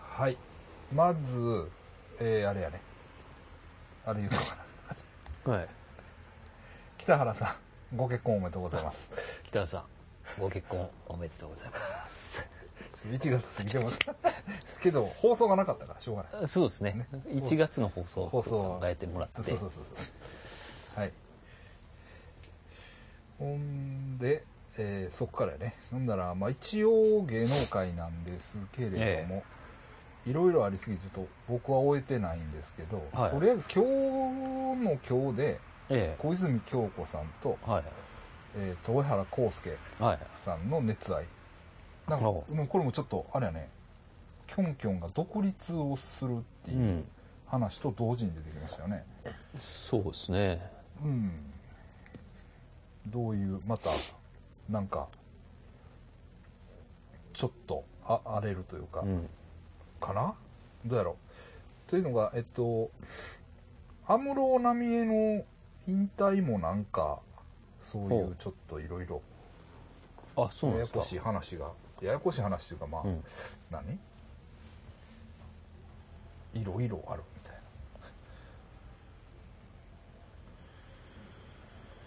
はい。まず、えー、あれやね。あれ言うとかな。 はい。北原さん、ご結婚おめでとうござい ます。北原さん、ご結婚おめでとうございまちょっと1月過ぎてます。 けど、放送がなかったから、しょうがない。す。そうですね。1月の放送を放送考えてもらって。そうそうそうそう。はい。ほんで、えーそこからやね。ほんだら、まあ一応芸能界なんですけれども、えいろいろありすぎて、ちょっと僕は終えてないんですけど、はいとりあえず今日の今日で、え小泉京子さんと、え。はい。えー、豊原康介はい。さんの熱愛。なんか、おもうこれもちょっと、あれやね、キョンキョンが独立をするってう。いうん話と同時に出てきましたよね。そうですね。うん。どういう、また、なんか、ちょっと、あ、荒れるというか、うん。かなどうやろうというのが、えっと、安室奈美恵の引退もなんか、そういほううちょっといろいろ、あ、そうなんややですこしいか。話が、ややこしい話というか、まあ、うん。何いろいろあるみたい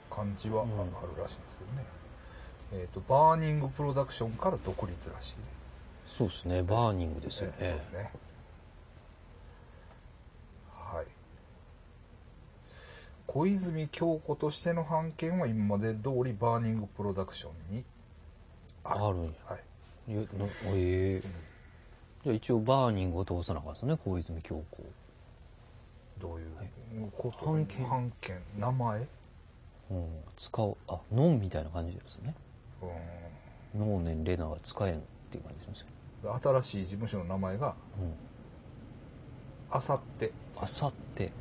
な感じはあうんあるらしいんですけどね、えっ、とバーニングプロダクションから独立らしいねそうですね。バーニングですよええそうねです。ねはい小泉京子としての判権は今まで通りバーニングプロダクションにあるあるんや。はいいやなええじゃあ一応バーニングを通さなかったですね、小泉京子。どういうこと判権判権名前ううん。使う、あ、ノンみたいな感じですね。ーんノーネンレナは使えんっていう感じですね。新しい事務所の名前がうん。あさってあさって。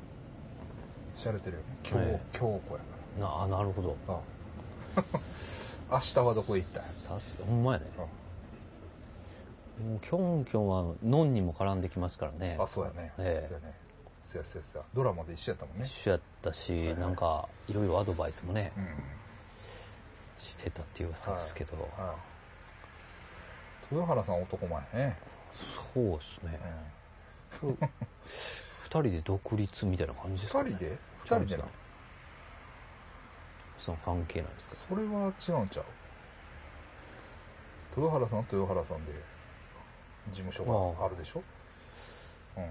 しゃれてるよね今日、はい京子やな、あ、なるほど。からあ 明日はどこへ行ったんやさす、ほんまやね。あもうキョンキョンはノンにも絡んできますからねあそうやね、ええそうやねそうやそうやそうやドラマで一緒やったもんね一緒やったし、なんかいろいろアドバイスもね、うんしてたっていう噂ですけど、はい豊原さん男前ね、そうですねう、ん、二人で独立みたいな感じですか、 2ね、人で2人でそうなですねその関係なんですかそれは違うんちゃう豊原さんは豊原さんで事務所があるでしょうん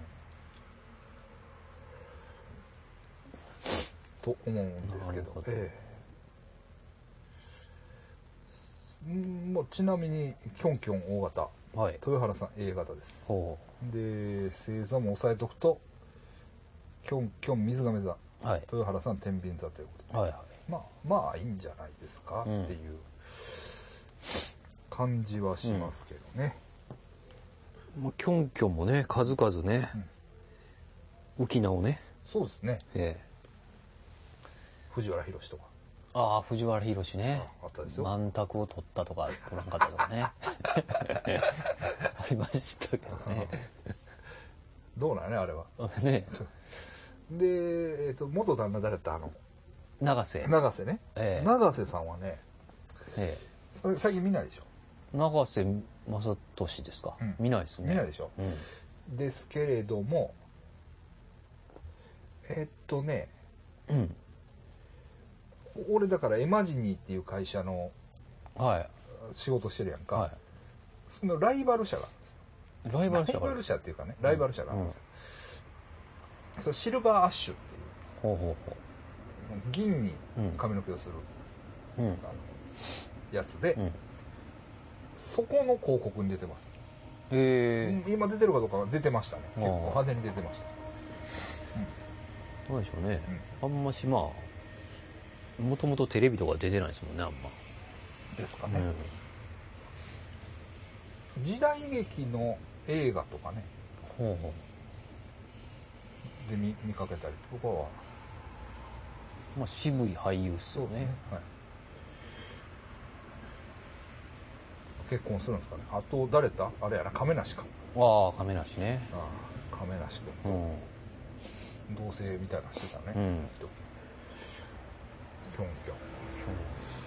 と思うんですけなるどほどええうんまあ、ちなみにキョンキョン O 型はい豊原さん A 型ですほで星座も押さえとくとキョンキョン水亀座うはい豊原さん天秤座ということではいはいまあまあいいんじゃないですかってうんいう感じはしますけどね、まあキョンキョンもね数々ね、沖縄をねそうですねええ藤原宏とかああ藤原宏ねああったですよ満卓を取ったとか取らなかったとかね ありましたけどねどうなんやねあれはねで、えっと元旦那誰だったあの永瀬。永瀬ね、ええ永瀬さんはねえさ最近見ないでしょえ、永瀬正俊ですか、うん見ないですね。見ないでしょうん。ですけれどもえっとねうん。俺だからエマジニーっていう会社のはい。仕事してるやんか、はそのライバル社があるんですよい。ライバル社ラかイらバ。ル社っていうかね、ライバル社があるんですよ、それシルバーアッシュっていうほうほ銀にうほう。うん。髪の毛をするうん。あのやつで、うん。そこの広告に出てます、え今出てるかどうかは出てましたねあー結構派手に出てましたー、どうでしょうね。あんましまあ、もともとテレビとか出てないですもんね、あんですかま。ね、時代劇の映画とかねうん。ほうほで見見かけたりとかはう。まあ、渋い俳優っすよね。はい、結婚するんですかねあと誰だあれやな亀梨かああ、亀梨ね。ああ亀梨君うん。同棲みたいなのしてたね、うん。一時キョンキョン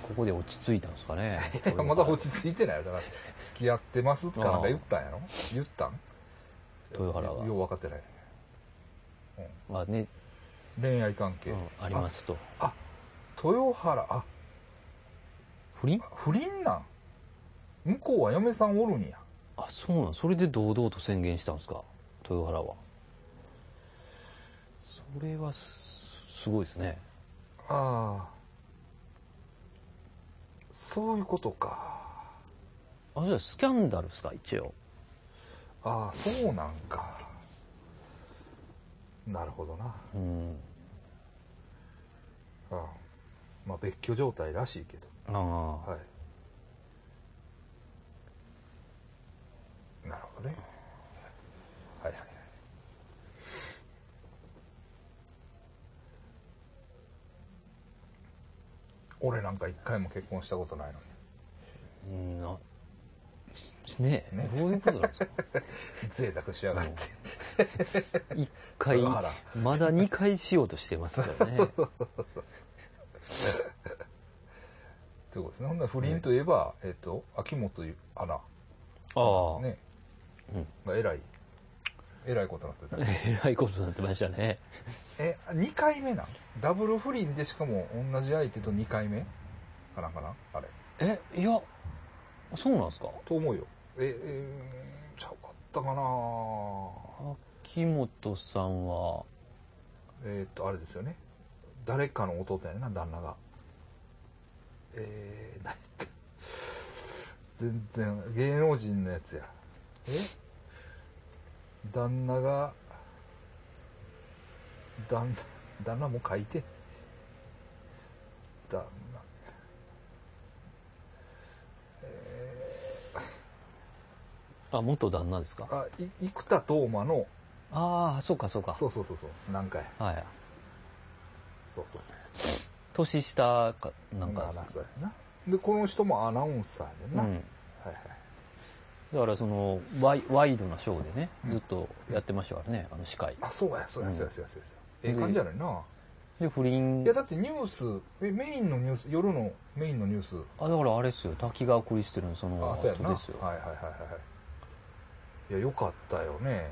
ここで落ち着いたんです かね。いやまだ落ち着いてないよだから付き合ってますかなんか言ったんやろ言ったん豊原はよう分かってないね。はね、恋愛関係。うんありますと。あ、豊原、あ、不倫不倫なん向こうは嫁さんおるんや。あ、そうなんそれで堂々と宣言したんですか豊原は。それはす、すごいですね。ああ。そういうことか。あ、じゃあスキャンダルですか一応。ああ、そうなんか。なるほどな。うん。ああまあ、別居状態らしいけど。ああ。はい。なるほどね。はいはいはい。俺なんか一回も結婚したことないのに。うんな、しねえねどういうことなん ですか贅沢しやがって。一回、豊原まだ二回しようとしてま すからね。ということですね。ほんなら不倫といえば、えっ、と、秋元アナ、ああ、ね、うんがえらい、えらいことになってた。 えらいことになってましたね。え、2回目なんダブル不倫でしかも同じ相手と2回目かなんかなあれ。え、いや、そうなんですかと思うよ。え、えーちゃうかったかな秋元さんは、えっ、と、あれですよね。誰かの弟やねんな、旦那が。えー、なんて。全然、芸能人のやつや。え旦那が、旦那、旦那も書いて。旦那。あ、元旦那ですかあ、い生田斗真の、ああ、そうかそうか。そうそうそうそう、なんかや。はい。そうそうそうそう。年下か、なんまかあ、まあそうやなでこの人もアナウンサーでうな、ん。はいはいだからそのワイ、ワイドなショーでね、うんずっとやってましたからね、あの司会。あそうやそうやうんそうやそうやそうや、ええ感じやねんな、で、不倫。いやだってニュースえメインのニュース夜のメインのニュースあ、だからあれですよ、滝川クリステルのそのああ後とやなですよ。はいはいはいはいはいいやよかったよね、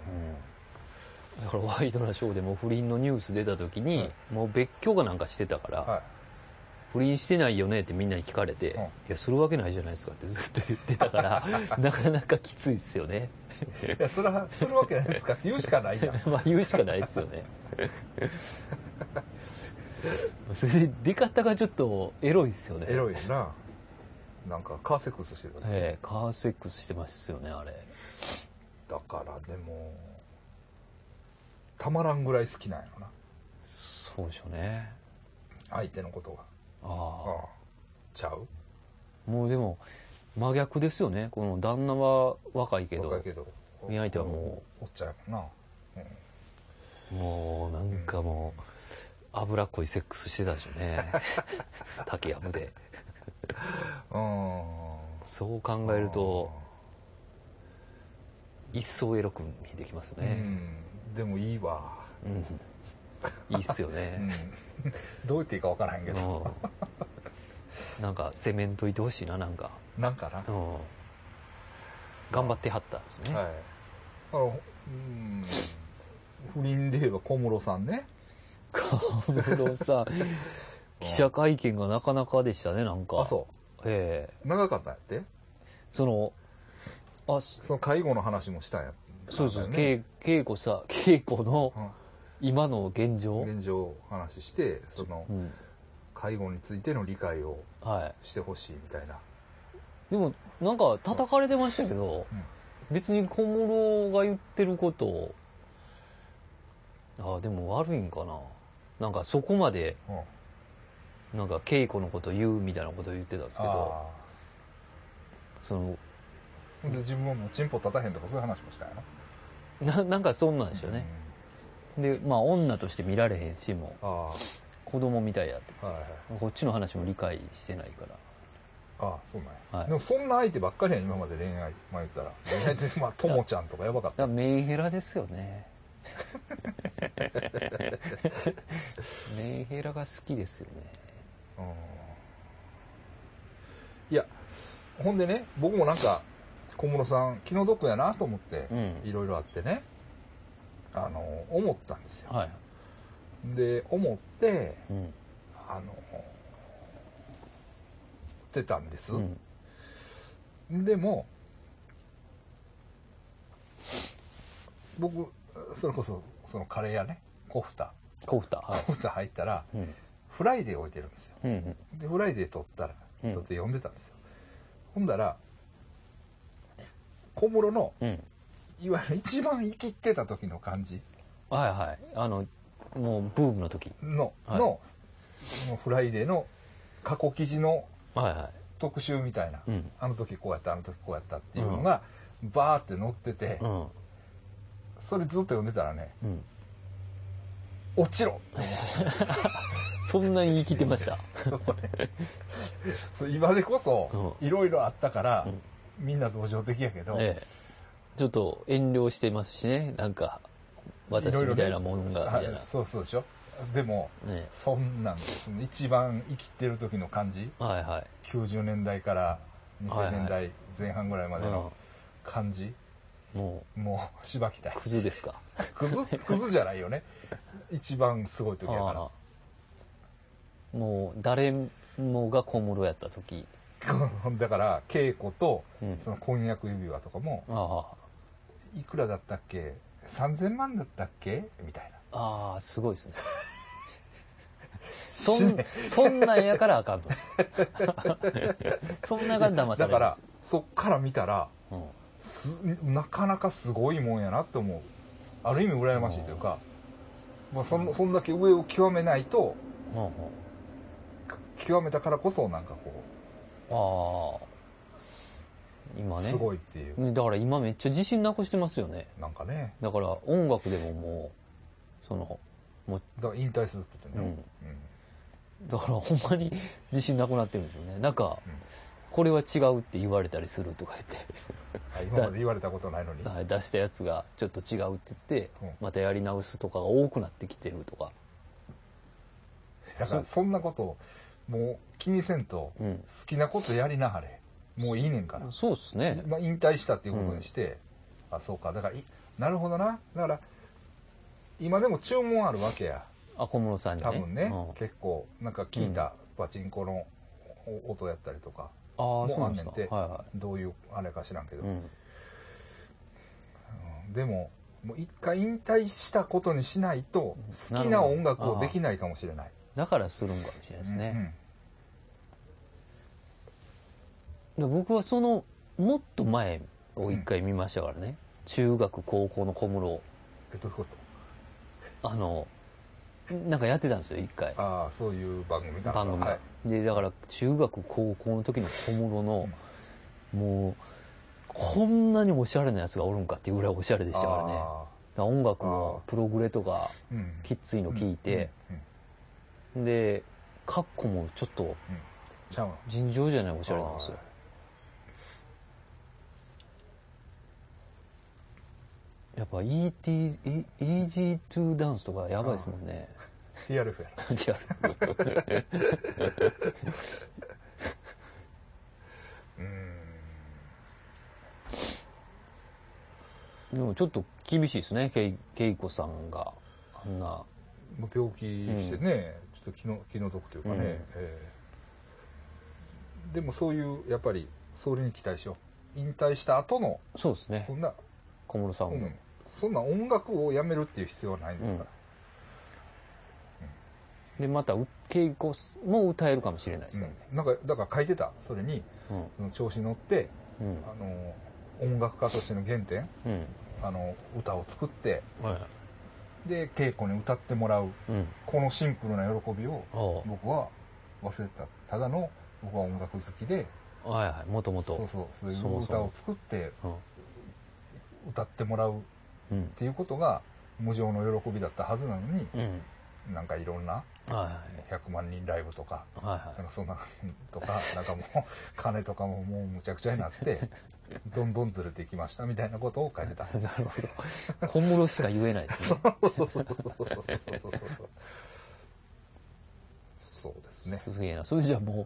だからワイドなショーでも不倫のニュース出た時に、はいもう別居かなんかしてたから、は不倫してないよねってみんなに聞かれて、うんいや、するわけないじゃないですかってずっと言って たから、なかなかきついですよね。い、いやそれはするわけないですかって言うしか ないやんまあ言うしかないですよね。 それで出方がちょっとエロいですよね。エロいよななんかカーセックスしてるよねええカーセックスしてますよね、あれ。だからでもたまらんぐらい好きなんやろなそうでしょうね。相手のことがああああちゃうもうでも、真逆ですよね。この旦那は若いけど、若いけど見相手はもおっちゃんやもんなもうなんかもう、脂っこいセックスしてたでしょう ね。竹やぶで。うそう考ん。えると、一層エロく見えてきますうん、ね。でもいいわ。うん。いいっすようねん。 どう言っていいかわからへんうけど、ん。なんか、セメントいてほしいな、なんか。なんかな。うん。頑張ってはったんですね。はい。あの、うん。不倫で言えば小室さんね。小 室さん、記者会見がなかなかでしたね、なんか。。あ、そうええう。長かったんやって。その、あ、そその介護の話もしたんや。そうそう、なんかねけ稽古さ、稽古のうん今の現状。現状を話して、そのう、ん。介護についての理解をはい。してほしいみたいな。でも、なんか叩かれてましたけど、うん別に小室が言ってることを、ああ、でも悪いんかな。なんかそこまで、うん。あなんか稽古のこと言うみたいなことを言ってたんですけど、その、ーで、自分はもうチンポ立たへんとかそういう話もしたんやな。な、なんかそんなんでですよね。で、まあ女として見られへんし、もうあ子供みたいやって。あ、はいはい。こっちの話も理解してないから。ああそうなんや、はいでもそんな相手ばっかりやん今まで恋愛まあ言 ったら恋愛ってまあともちゃんとかやばかっだかたらメンヘラですよ ね。メンヘラが好きですよね。うんいやほんでね僕もなんか小室さん気の毒やなと思ってうんいろいろあってねあの、思ったんですよ。はい。で、思って、うん。あの、ってたんです。うん。でも、僕、それこそ、そのカレー屋ね、コフタ、コフタ。はい。コフタ入ったら、うん。フライデー置いてるんですよ。うんうん。で、フライデー撮ったら、うん撮って読んでたんですよ。ほんだら、小室の、うん。いわゆる一番生きってた時の感じはいはい。あの、もうブームの時。の、はいの、そのフライデーの過去記事のはいは特集みたいな、い。うん。あの時こうやった、あの時こうやったっていうのが、バーって載ってて、うん。それずっと読んでたらね、うん。落ちろそんなに生きてました。そう今でこそ、ういろいろあったから、うんみんな同情的やけど、ええ。ちょっと遠慮してますしね。なんか、私みたいなもんが、はみたいいな。そうそうでしょでも、ねそんなんですね一番生きてる時の感じはいはい。 90年代から2000年は代前半ぐらいまでの感じ、うんも、もうしばきたいうクズですか。クズクズじゃないよね一番すごい時やあかあもう、誰もが小室やった時。らだから稽古とうん。その婚約指輪とかもあいくらだったっけ3000万だったっけみたいなあ。ああ、すごい ですね。そん、そんなんやからあかんの ですよ。そんなが騙だかされるんでらすよ。そっから見たらうんすなかなかすごいもんやなって思うある意味羨ましいというか、まあ、そんそんだけ上を極めないとうんうん極めたからこそなんかこああ。今うね。すごいっていう、ねだから今めっちゃ自信なくしてますよね。なんかねだから音楽でももう、その、だから引退するって言ってね、だからほんまに 自信なくなってるんですよね。なんか、これは違うって言われたりするとか 言っあ今まで言われたことないのにて、はい出したやつがちょっと違うって言ってうん、またやり直すとかが多くなってきてるとか。だからそんなことをもう気にせんとう好ん。きなことやりなはれもういいねんから、そうですね。まあ、引退したっていうことにして、あそうかだからいなるほどなだから今でも注文あるわけやあ、小室さんにね。多分ね、うん結構なんか聞いたパチンコのお音やったりとか、ああ、うそうなんですあんねんてか。はどういうあれか知らんけいど、はい。うん。うんでももう一回引退したことにしないと好きな音楽をできないかもしれないだからするんかもしれないですね。で僕はその、もっと前を一回見ましたからね。中学、高校の小室を。えどういうこあの、なんかやってたんですよ、一回と。ああそういう番組かな番組が、はいで、だから中学、高校の時の小室の、もう、こんなにおしゃれなやつがおるんかっていうぐらいおしゃれでしたからね。だかあら音楽のプログレとか、ーうんきっついの聞いて、うんうんで、カッコもちょっとちゃうの尋常じゃないおしゃれなんですよ。やっぱ ET、E- Easy to Dance とかやばいですもんね。 TRF やろ 違う。うーんでもちょっと厳しいですね、けいけいこさんが。あんな。もう病気してね、ちょっと気の気の毒というかね、うんええでもそういうやっぱりそれに期待しよう引退した後のそうですねこ。んな、小室さんうも。ん、そんな音楽をやめるっていう必要はないんですから、で、また、う稽古も歌えるかもしれないですからね。うんなんかだから書いてたそれにうん。その調子に乗ってうんあ。の音楽家としての原点うん。あの歌を作ってはで稽古に歌ってもらうい。うん。このシンプルな喜びをあ僕は忘れたただの僕は音楽好きであ。はいはい。もともそうと。そうそういそううそう歌を作ってうん。歌ってもらうっうん。ていうことが無常の喜びだったはずなのにうん。なんかいろんなは100万人ライブとかいはい。はいなはんかそんな とかなんかもう金とかももうむちゃくちゃになってどんどんずれていきましたみたいなことを書いてた。い。 なるほど。小室しか言えないですね。そうそうそうそうそうそうそうそうですね。すげえな。それじゃあも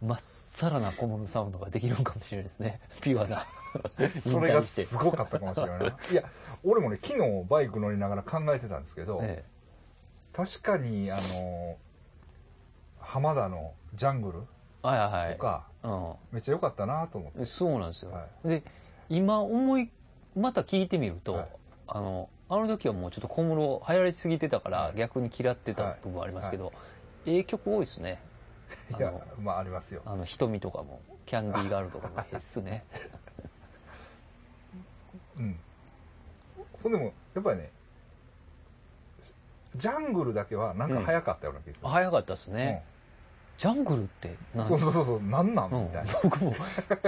う、まっさらな小室サウンドができるのかもしれないですね。 ピュアな。 それが引退してすごかったかもしれないな。いや、俺もね、昨日バイク乗りながら考えてたんですけど、え確かに、あの、浜田のジャングルえ。はいはいとか、はめっちゃ良かったなと思っい。うん。て。そうなんですよ。はで、今思い、また聞いてみると、はいあの、あの時はもうちょっと小室流行りすぎてたから、はい逆に嫌ってた部分はありますけど、ええ曲多いですね。あいやの、まあありますよ。あの、瞳とかも、キャンディーガールとかも、ええっ すね。うん。ほんでも、やっぱりね、ジャングルだけはなんか早かったような気がする。早かったですね。ジャングルってうん何そうそうそうそう、なんなんうみんたい、僕も、ジ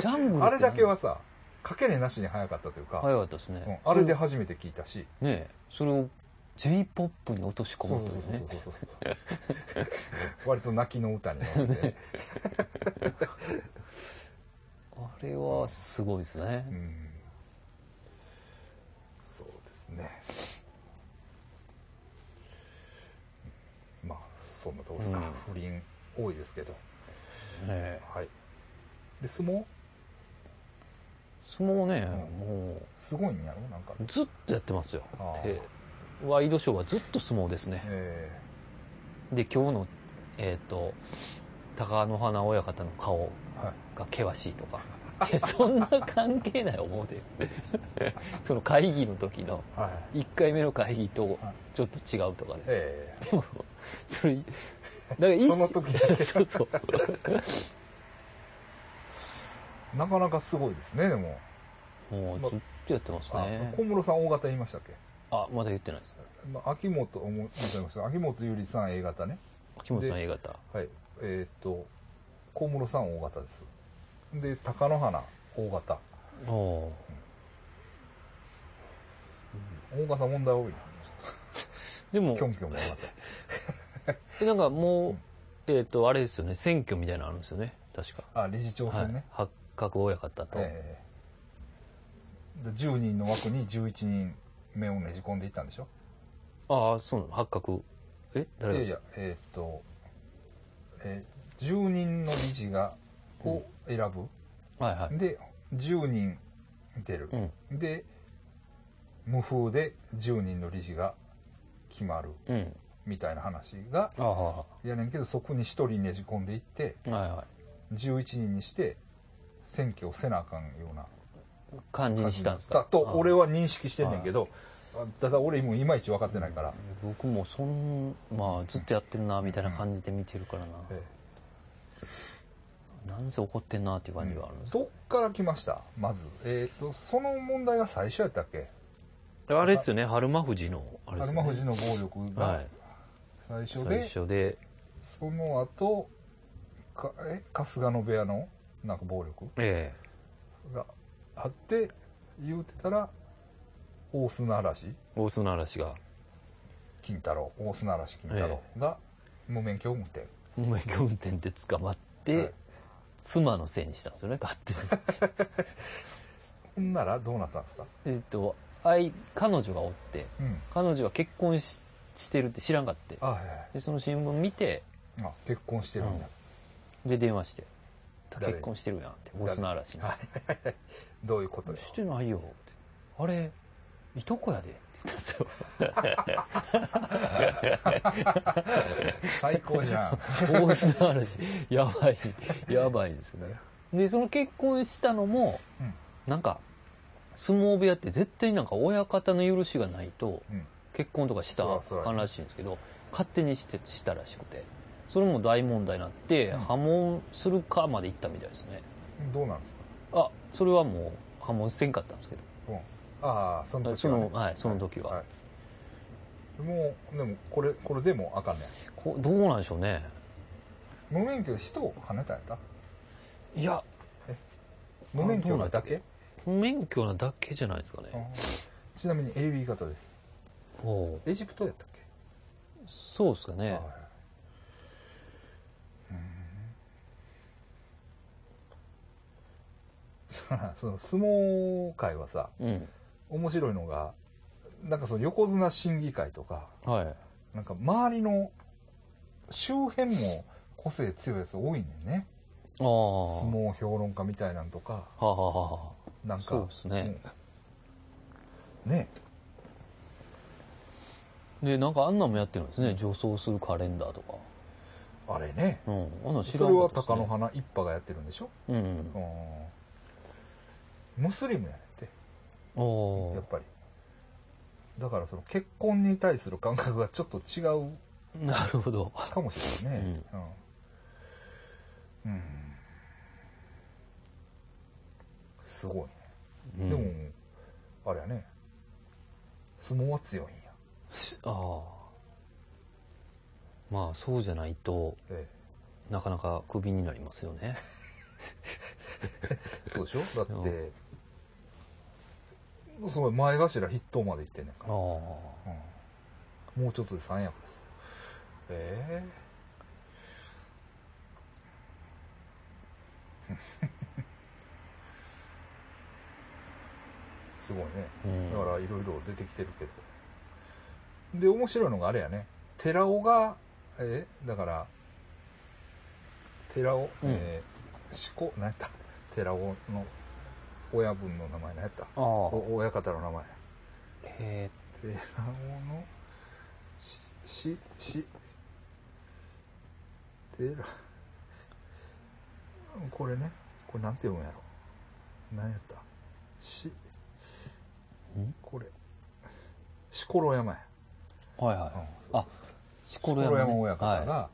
ャングルってな。あれだけは何さ、かけねなしに早かったというか、早かったですね。うんあれで初めて聞いたし、ねえそれを J-POP に落とし込そうむそうというそうね。そうそうそう。 割と泣きの歌になって、あれはすごいですねう。ん。そうですね。まあ、そんなとこですか。う不倫多いですけど。ええはい。で、相撲相撲ね、うんもすごいんやろなんか。う、ずっとやってますよああ。で、ワイドショーはずっと相撲ですね。えで、今日の、えっ、と、高野花親方の顔えはい。が険しいとか。いやそんな関係ない思うで。 その会議の時の、はい。 1回目の会議とはいちょっと違うとかね。ええでもそれ、だから一その時だけ そうそう。なかなかすごいですね、でも。もうずっとやってますあね。小室さん O 型言いましたっけあ、まだ言ってないです。まあ、秋元、思い出しました。秋元ゆりさん A 型ね。秋元さん A 型。はい。えーっと、小室さん O 型です。で、貴乃花 O 型。おお O 型問題多いな。ー。でもキョ、ンキョンも O 型。なんかもう、えっ、と、あれですよね、選挙みたいなのあるんですよね、確か。あ、理事長はさいんね。八角親方と、ええで10人の枠に11人目をねじ込んでいったんでしょああ、そうなの、八角。えいや誰がでいすかや、えーっと、えー10人の理事が、を選ぶ。はいはい。で、10人出るう。ん。で、無風で10人の理事が決まる。うん。みたいな話が、ああ、はいやねんけど、そこに1人ねじ込んでいって、いは。11人にして、選挙をせなあかんようない感じにしたんですか。と、俺は。は認識してんねんけど、ただ俺もいまいち分かってないから。僕もそん、まあ、ずっとやってんな、みたいな感じで見てるからな。えなんせ怒ってんな、っていうえ感じがあるんですどっから来ましたまず。えっ、と、その問題が最初やったっけあれですよね、春馬富士の、あれでアルすマね。富士の暴力はがい。最初で、最初で、その後、かえ春日の部屋のなんか暴力えがあって、言うてたら、大砂嵐え大砂嵐が、金太郎、大砂嵐金太郎が無免許運転。無免許運転で捕まって、はい妻のせいにしたんですよね、勝手に。ほんならどうなったんですか えっと、愛、彼女がおって、うん。彼女は結婚ししてるって知らんかって。あ、はいはいで、その新聞見て、あ結婚してるんだ。で、電話して、誰結婚してるやんって、誰大砂嵐に。どういうことよ。してないよって。あれ、いとこやでって言ったんですよ。最高じ ゃん。大 砂嵐、やばい、やばいですね。で、その結婚したのも、うんなんか、相撲部屋って絶対なんか親方の許しがないとうん、結婚とかしたそらそらかんらしいんですけど、勝手にしてしたらしくて、それも大問題になって、破門するかまで行ったみたいですね。どうなんですかあ、それはもう破門せんかったんですけうん。ああ、そのど、時そは、の、ね。はい、その時は。はい。もう、でも、これ、これでもあかんねん。こどうなんでしょうね。無免許で人を跳ねたんやったいや、無免許なだけ免許なだけじゃないですかね。あーちなみに AB 型です。おうエジプトやったっけそうですかね。はいうんその相撲界はさうん。面白いのがなんかその横綱審議会とかはい。なんか周りの周辺も個性強いやつ多いねんねああ。相撲評論家みたいなんとか、はあ、はあはなんあ、か、そうですね。うんねで、なんかあんなんもやってるんですね。女装するカレンダーとか。あれね。うん。あんなん知そられんかはったですね鷹の花一派がやってるんでしょうんううん。ん。ムスリムやねって、おおやっぱり。だからその結婚に対する感覚がちょっと違うー。なるほど。かもしれないね。うん。うん。すごいね。うんでも、あれやね。相撲は強いんや。ああ。まあ、そうじゃないと、えなかなかクビになりますよ ね。え、 そうでしょだって、すごい前頭筆頭まで行ってんねんあから。あ。うん、もうちょっとで三役です。え えすごいね。うんだからいろいろ出てきてるけど。で、面白いのがあれやね。寺尾が、えだから、寺尾、えー、しこ、何やった寺尾の親分の名前何やったああ。お親方の名前。えー寺尾の、し、し、し、寺、これね、これなんて読むんやろ。何やったし、んこれ、しころ山や。はいはい。あ、しこ錣ろ山,、山ね、親方が、は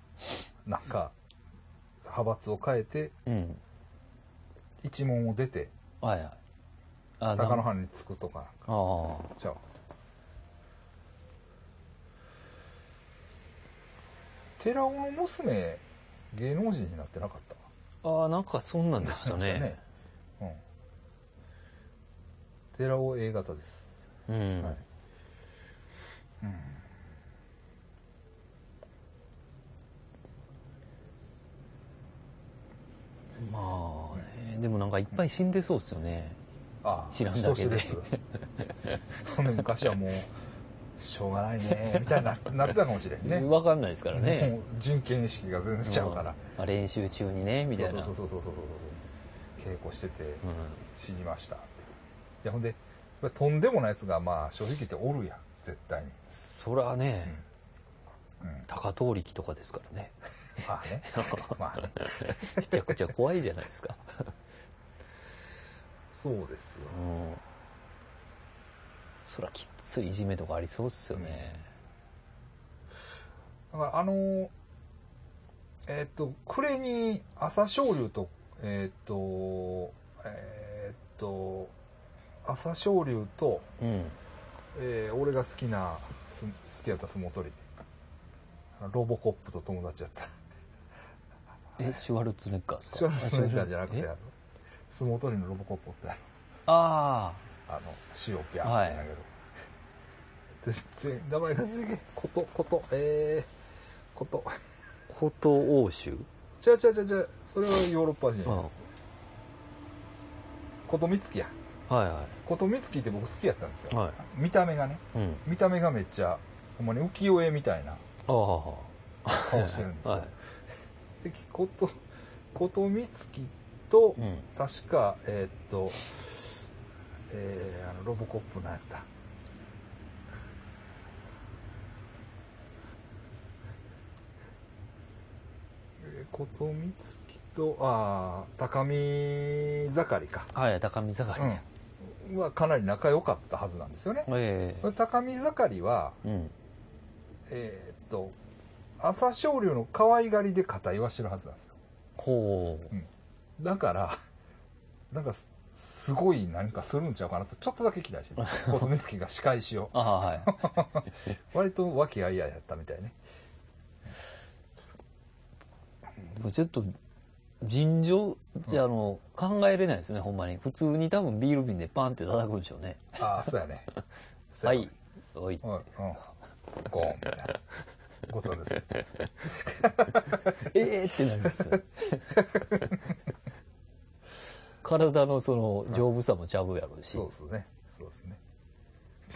なんか、派閥を変えて、い。うん。一門を出て、はいはい。あ高野あ藩に着くとか、あー。ちゃう。寺尾の娘、芸能人になってなかったああ、なんかそんなんでしたね。うん。寺尾 A 型です。うん、はい。まあ、ね、でもなんかいっぱい死んでそうですよね。ああ、知らんだけで人 知れずほんで昔はもう、しょうがないね、みたい にななってたかもしれんね。わかんないですからね。もう人権意識が全然ちゃうから。うん。あ練習中にね、みたいな。そうそうそうそうそうそうそう稽古してて死にましたっていやほんでとんでもないやつがまあ正直言っておるやん絶対に、うん。そらね、うん、高遠力とかですか らね。まあねまあねめちゃくちゃ怖いじゃないですか。そうですようん。そらきっついいじめとかありそうっすよね。だからあのーえーっと暮れに朝青龍とえーっとえーっと朝青龍と、うん。えー俺が好きなす好きやった相撲取りロボコップと友達やったえ、シュワルツェネッガーです かシュワルツェネッガーじゃなくて、あえの、相撲取りのロボコップってあるああの、塩キャーって言うんだけど。全然、名前が出てけんこと、こと、えー、こと。あ、古都欧州違う違う違う違う、それはヨーロッパ人。はことみつきや。いはことみつきって僕好きやったんですよ。はい見た目がね、い。うん。見た目がめっちゃ、ほんまに浮世絵みたいなああ。顔してるんですよ。はい。でこと、ことみつきと、うん。確か、えーっと、えー、あの、ロボコップなんやった。えーことみつきと、ああ、高見盛りか。はい、高見盛り。うん。はかなり仲良かったはずなんですよね。ええ高見盛りは、うん。えーっと、朝青龍の可愛がりで肩言わしてるはずなんですよ。ほだから、なんかす、すごい何かするんちゃうかなと、ちょっとだけ期待してた。琴美月が仕返しを。う。ああ、はい。割と和気あいあいやったみたいね。でもちょっと、尋常じゃ、あの、考えれないですね、ほんまに。普通に多分ビール瓶でパンって叩くんでしょうね。ああ、そうやね。そうはやいね。おい。うん。うん。ゴーンみたいな。ごつんです。ええってなりますよ。 体のその丈夫さもちゃうやろうし。そうですね。そうですね。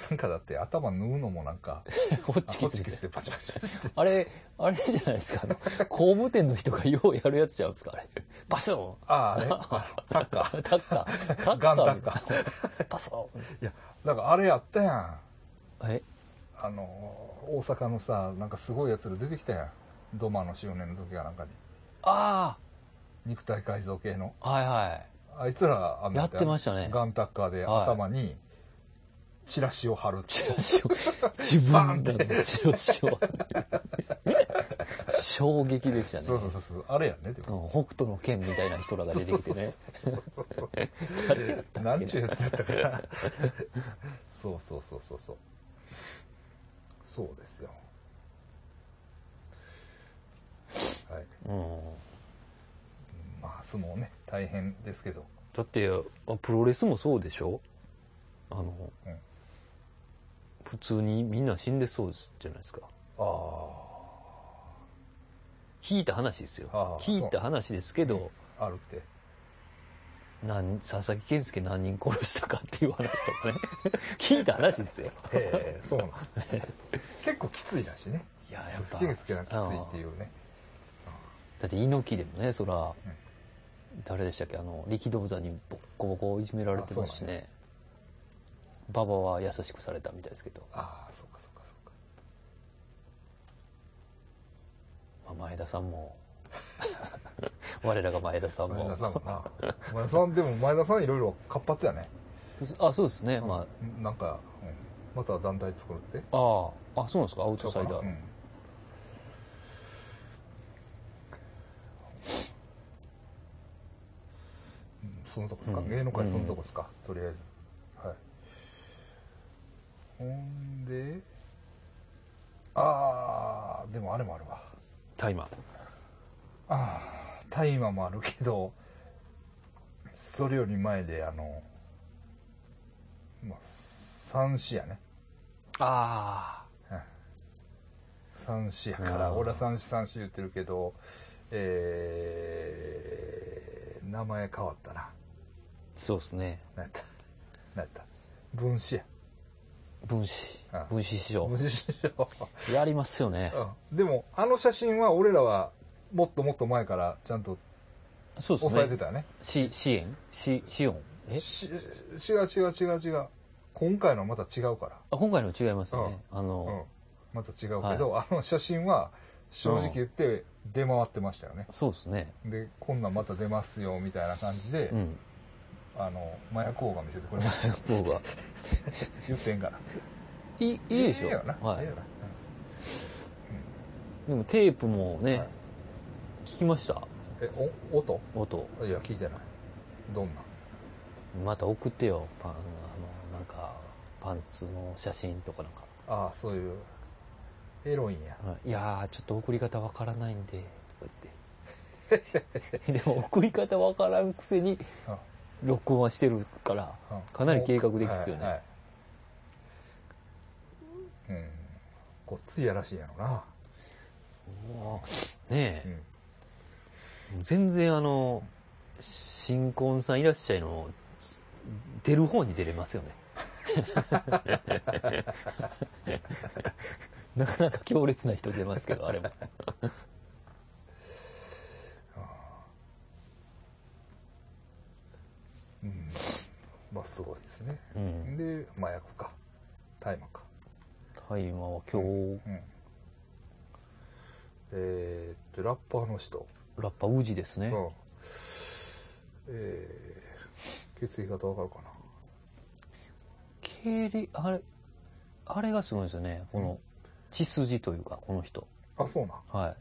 なんかだって頭縫うのもなんか、ホッチキホスチみキたスいでパチパチパチって。な。あれ、あれじゃないですか。あの、工務店の人がようやるやつちゃうんですかあれ。パションああ、あれあのタッカター。ッカー。タッガカンターッみカたいー。な。パションいや、なんかあれやったやん。えあの、大阪のさ、なんかすごいやつら出てきたやん。ドマの周年の時かなんかに。あ肉体改造系の。あはいはい。あいつら、あのやってましたねガンタッカーではい頭に、チラシを貼るってチラシを、 自分でチラシを。衝撃でしたね。そうそうそうそう。あれやんね、でも。うん北斗の剣みたいな人らが出てきてね。そうそうそうそう。 誰やったっけなんちゅうやつやったかな。そうそうそうそうそう。そうですよ。はい。うん。まあ、相撲ね、大変ですけど。だって、あプロレスもそうでしょあの、うん普通にみんな死んでそうですじゃないですか。あ聞いた話ですよああ。聞いた話ですけど、あ、あるって。なん佐々木健介何人殺したかっていう話とか ね。聞いた話ですよ。へえ、そうなん。結構きついらしいね。いや、やっ鈴ぱ。木月がきついっていうね。だって猪木でもねそら、ん誰でしたっけあの力道山にボッコボコいじめられてますしね馬場は優しくされたみたいですけど、ああ、そうかそうかそうか。まあ、前田さんも 我らが前田さんも前田さんも な。前田さん、でも前田さんいろいろ活発やね。あそうですね、まうんなんか、うんまた団体作るって。ああああそうなんですかアウトサイダー、うんうんそのとこですか、うん芸能界そのとこですか、とりあえずはいほんでああでもあれもあるわタイマーああ大麻もあるけどそれより前であのまあ三子やねあ三子やかあらー俺は三子三子言ってるけどえー、名前変わったなあそうですね何やった何やった分子や分子ああ分子師匠分子師匠やりますよねうんでもあの写真は俺らはもっともっと前からちゃんとそうです抑えてねたよねし支援し支援えし違う違う違う違う今回のはまた違うからあ今回の違いますよねあの、うんまた違うけど、あの写真は正直言って出回ってましたよね、そうですねでこんなんまた出ますよみたいな感じで、うん あの麻薬王が見せてくれました僕は。言ってんからいいいでしょええよな、はええよい。なでもテープもね、はい聞きましたうんえお音音。いや聞いてないどんなまた送ってよ。パン、あの、なんか、パンツの写真とかなんか。ああそういうエロいんやはいいやー、ちょっと送り方わからないんで、とか言って。 でも送り方わからんくせに、うん録音はしてるから、うんかなり計画的っすよねはいはいうんごっついやらしいんやろな、もうねうえ、ん、全然あの、新婚さんいらっしゃいの、出る方に出れますよね。 なかなか強烈な人出ますけど、あれも。まあすごいですねうん。で麻薬か大麻か大麻は今日、うんえーっとラッパーの人ラッパウジですね。うんえー、血液型わかるかな経理、あれ、あれがすごいですよね。この、血筋というか、この人。あそうなんはい。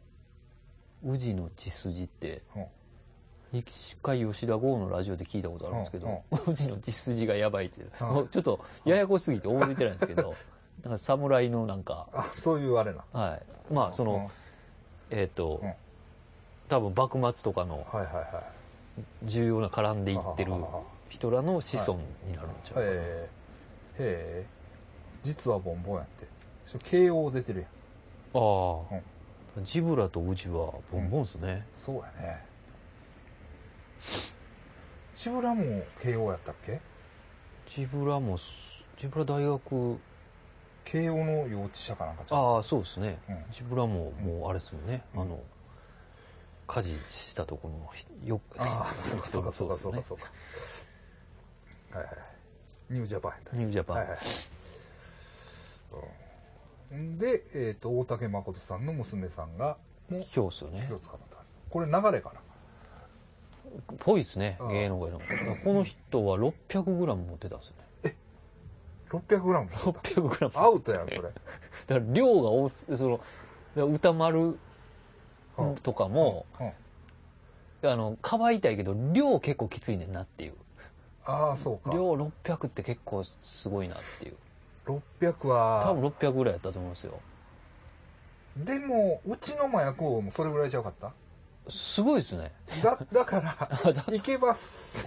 ウジの血筋って、うん西海吉田剛のラジオで聞いたことあるんですけど、うち、の血筋がやばいって、うんもう ちょっとややこしすぎて覚えてないんですけど、なんか侍のなんか、あそういうあれなはい。まあ、その、えっ、と、うん多分幕末とかのうんはいはいは重要な絡んでいいってるはははは人らの子孫になるんちゃうかな、へえへえ実はボンボンやってそれ慶応出てるやんああ、ジブラとウジはボンボンですね。そうやね千ブラも慶応やったっけジブラも、ジブラ大学、慶応の幼稚舎かなんかちゃうああ、そうですね。うんジブラも、もうあれですもんね。うんあの、火事したところのひ、よ、ああ、 そうかそうかそうかそうでかすそうか。はいはい。ニュージャパンやったねニュージャパン。はいはい。うんで、えっ、と、大竹誠さんの娘さんが、もう、今日ですよね火を。つかまった。これ流れかな。ぽいですねあ、あ芸能界の。この人は 600g 持ってた んですよね。 600グラム。 600g。アウトやん、それ。だから量が多す、その、だから歌丸うんとかも、うんあの、かばいたいけど、量結構きついねんなっていう。ああ、そうか。量600って結構すごいなっていう。 600多は、分600ぐらいやったと思いますよ。でも、うちの麻薬王もそれぐらいじゃなかっすごいですね。た だ、だから、いけ ます。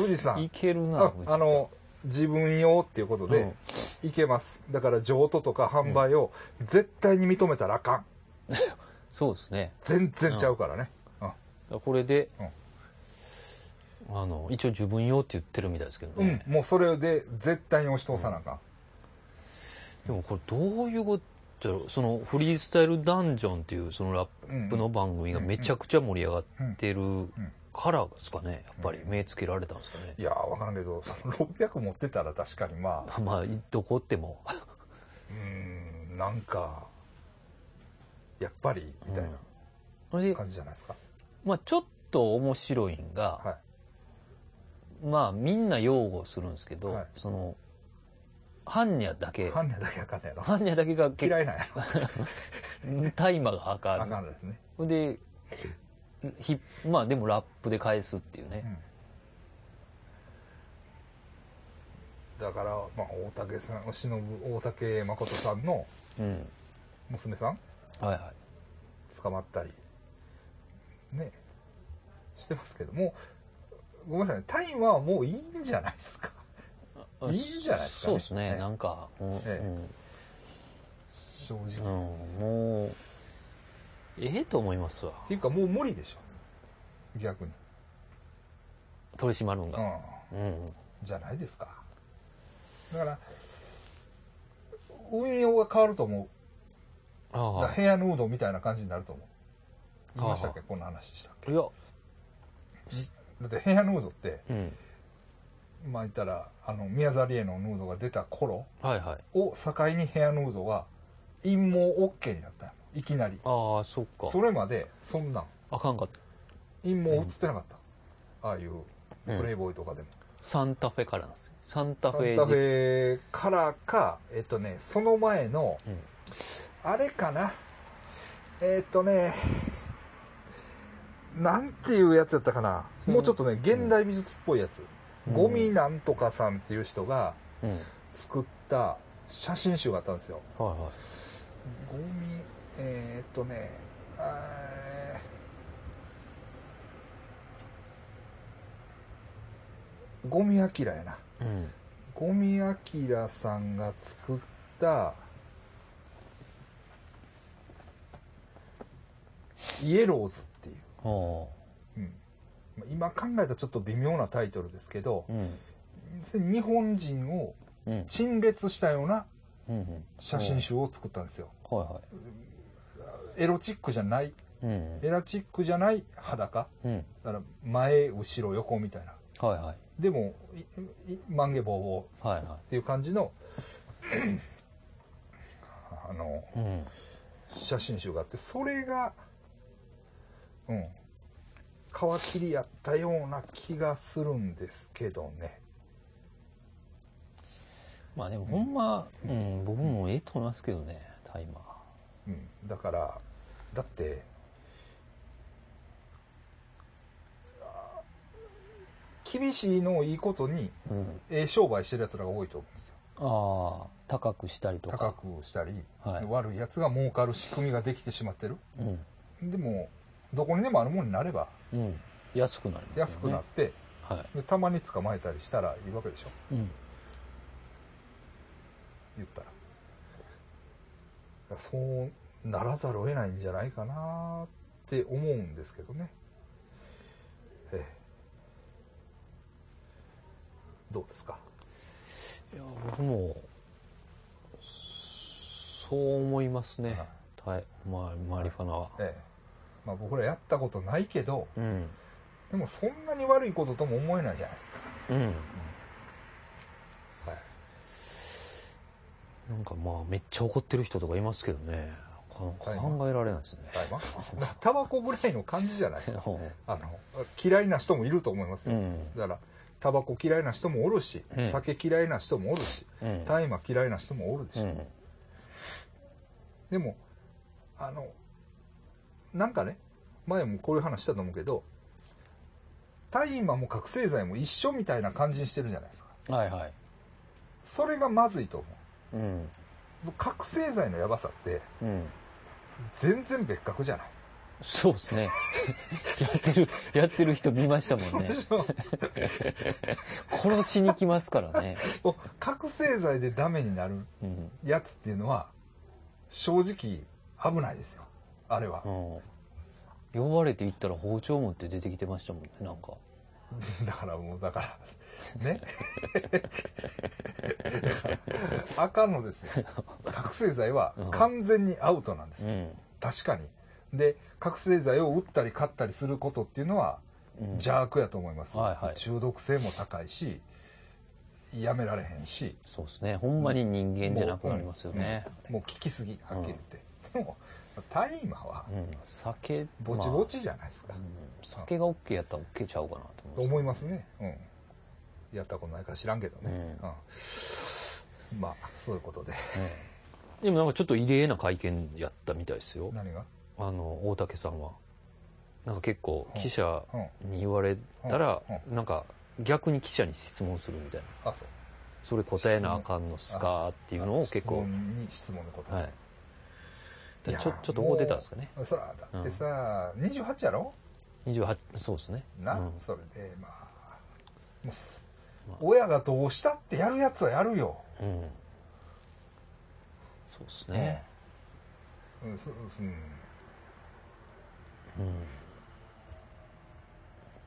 宇治さん い。けるなあ、あの、自分用っていうこと藤井さんで、いけます。だから、譲渡とか販売を絶対に認めたらあかん。そうですね。全然ちゃうからね。うんだからこれで、あの、一応自分用って言ってるみたいですけどうんね。、もうそれで絶対に押し通さなあかん。でもこれどういうことやろそのフリースタイルダンジョンっていうそのラップの番組がめちゃくちゃ盛り上がってるからですかね。やっぱり目つけられたんですかねい。やー、わからんけど、その600持ってたら確かにまあ、 まあ、どこっても。うーん、なんか、やっぱり、みたいそれでな、感じじゃないですか。まあちょっと面白いんが、はまあみんな擁護するんですけど、はいその、ハンニャだい。け、犯人だけあかんねやろ。ハンニャだけが結嫌いなんやろ。構大麻があかあん。かんですね。ほんで、ひまあでもラップで返すっていううね。んだから、まあ、大竹さん、忍大竹誠さんのうん。娘さん、はいはい。捕まったり、ね、してますけども、ごめんなさいね、タイムはもういいんじゃないです か。いいんじゃないですかねそうですね。ええなんか、うん、え正直。うん、っうんもう、ええと思いますわ。ていうか、もう無理でしょ。逆に。取り締まるんうが。ん。うん。じゃないですか。だから、運用が変わると思う。だあから部屋ヌードみたいな感じになると思う。言いましたっけあこんな話したっけあ。いや、だって部屋ヌードって、うん。まあ言ったら、あの、宮沢りえのヌードが出た頃はいはい。を境に部屋ヌードは陰謀 OK になったのいきなり。ああ、そっか。それまで、そんなん、あかんかった。陰謀映ってなかった。ああいう、うんプレイボーイとかでも。サンタフェからなんですよ。サンタサンフェタフ時ェからか、えっとね、その前の、うんあれかな。えーっとね、なんていうやつやったかな。そうもうちょっとね、現代美術っぽいやつ。うんゴミなんとかさんっていう人がうん。作った写真集があったんですよ。はいはい。ゴミ、えーっとね、えーゴミアキラやな。うん。ゴミアキラさんが作った、イエローズっていう。あうんまあ今考えたらちょっと微妙なタイトルですけどあ。う、ん。日本人をうん。陳列したようなうんうん。写真集を作ったんですよ。うん。はいはエロチックじゃない、い。うんエ。ラチックじゃない裸。うん。だから前、後ろ、横みたいな。はいはい。でも、いいまんげぼうぼうはいはっていう感じの、 あの、い。うん。写真集があって、それが、うん、皮切りやったような気がするんですけどね。まあでもほんま、うん、僕もええと思いますけどね、タイマー。うん、だから、だって、あ厳しいのをいいことに、うん、ええ商売してる奴らが多いと思うんですよ。ああ高くしたりとか高くしたり、はい悪い奴が儲かる仕組みができてしまってる。うん、でも、どこにでもあるものになれば、うん、安くなりますよ安くねなって、はでたまに捕まえたりしたらいいわけでしょ。い、うん、言ったら。そうならざるを得ないんじゃないかなって思うんですけどね。ええ。どうですかいや、僕も、そう思いますね。はい。まあ、マリファナは。ええ。まあ僕らやったことないけど、うん。でもそんなに悪いこととも思えないじゃないですか。うん。はい。なんかまあ、めっちゃ怒ってる人とかいますけどね。こはい考えられないですね。大 麻タバコぐらいの感じじゃないですか。うあの、嫌いな人もいると思います よ。ん。だから、タバコ嫌いな人もおるし、うん酒嫌いな人もおるし、うん。大麻嫌いな人もおるでしうょ。ん。でも、あの、なんかね、前もこういう話したと思うけど、大麻も覚醒剤も一緒みたいな感じにしてるじゃないですか。はいはい。それがまずいと思うん。う。覚醒剤のやばさって、うん。全然別格じゃない。そうですね。 やってる、やってる人見ましたもんね。殺しに来ますからね。 もう覚醒剤でダメになるうん。やつっていうのは、正直危ないですよ。あれはう。ん。呼ばれて行ったら包丁持って出てきてましたもんね、なんか。 だからもう、だから、ね。 あかんのですよ。覚醒剤は完全にアウトなんです。うん。確かに。で、覚醒剤を打ったり買ったりすることっていうのはうん、邪悪やと思います。はいはい中毒性も高いし、やめられへんし、そうですね。ほんまに人間じゃなくなりますよね。もう効きすぎ、はっきり言って。でも、大麻はうん。酒、ぼちぼちじゃないですかまあ、。うん酒が OK やったら OK ちゃうかなと思います。思いますね。うん。やったことないから知らんけどね。ううんまあ、そういうことで。うんでもなんかちょっと異例な会見やったみたいですよ。何があの、大竹さんは。なんか結構記者うん。に言われたらうん、なんか逆に記者に質問するみたいな。あ、そう。それ答えなあかんのっすかっていうのを結質構、問に質問のこと。はい。いでやちょちょっと怒ってたんですかね。そら、だってさ、28やろ28、そうですね。な、うんそれで、まあ、もうすまあ親がどうしたってやるやつはやるよ。うん。そうですね。うん。うん、そうん。うん。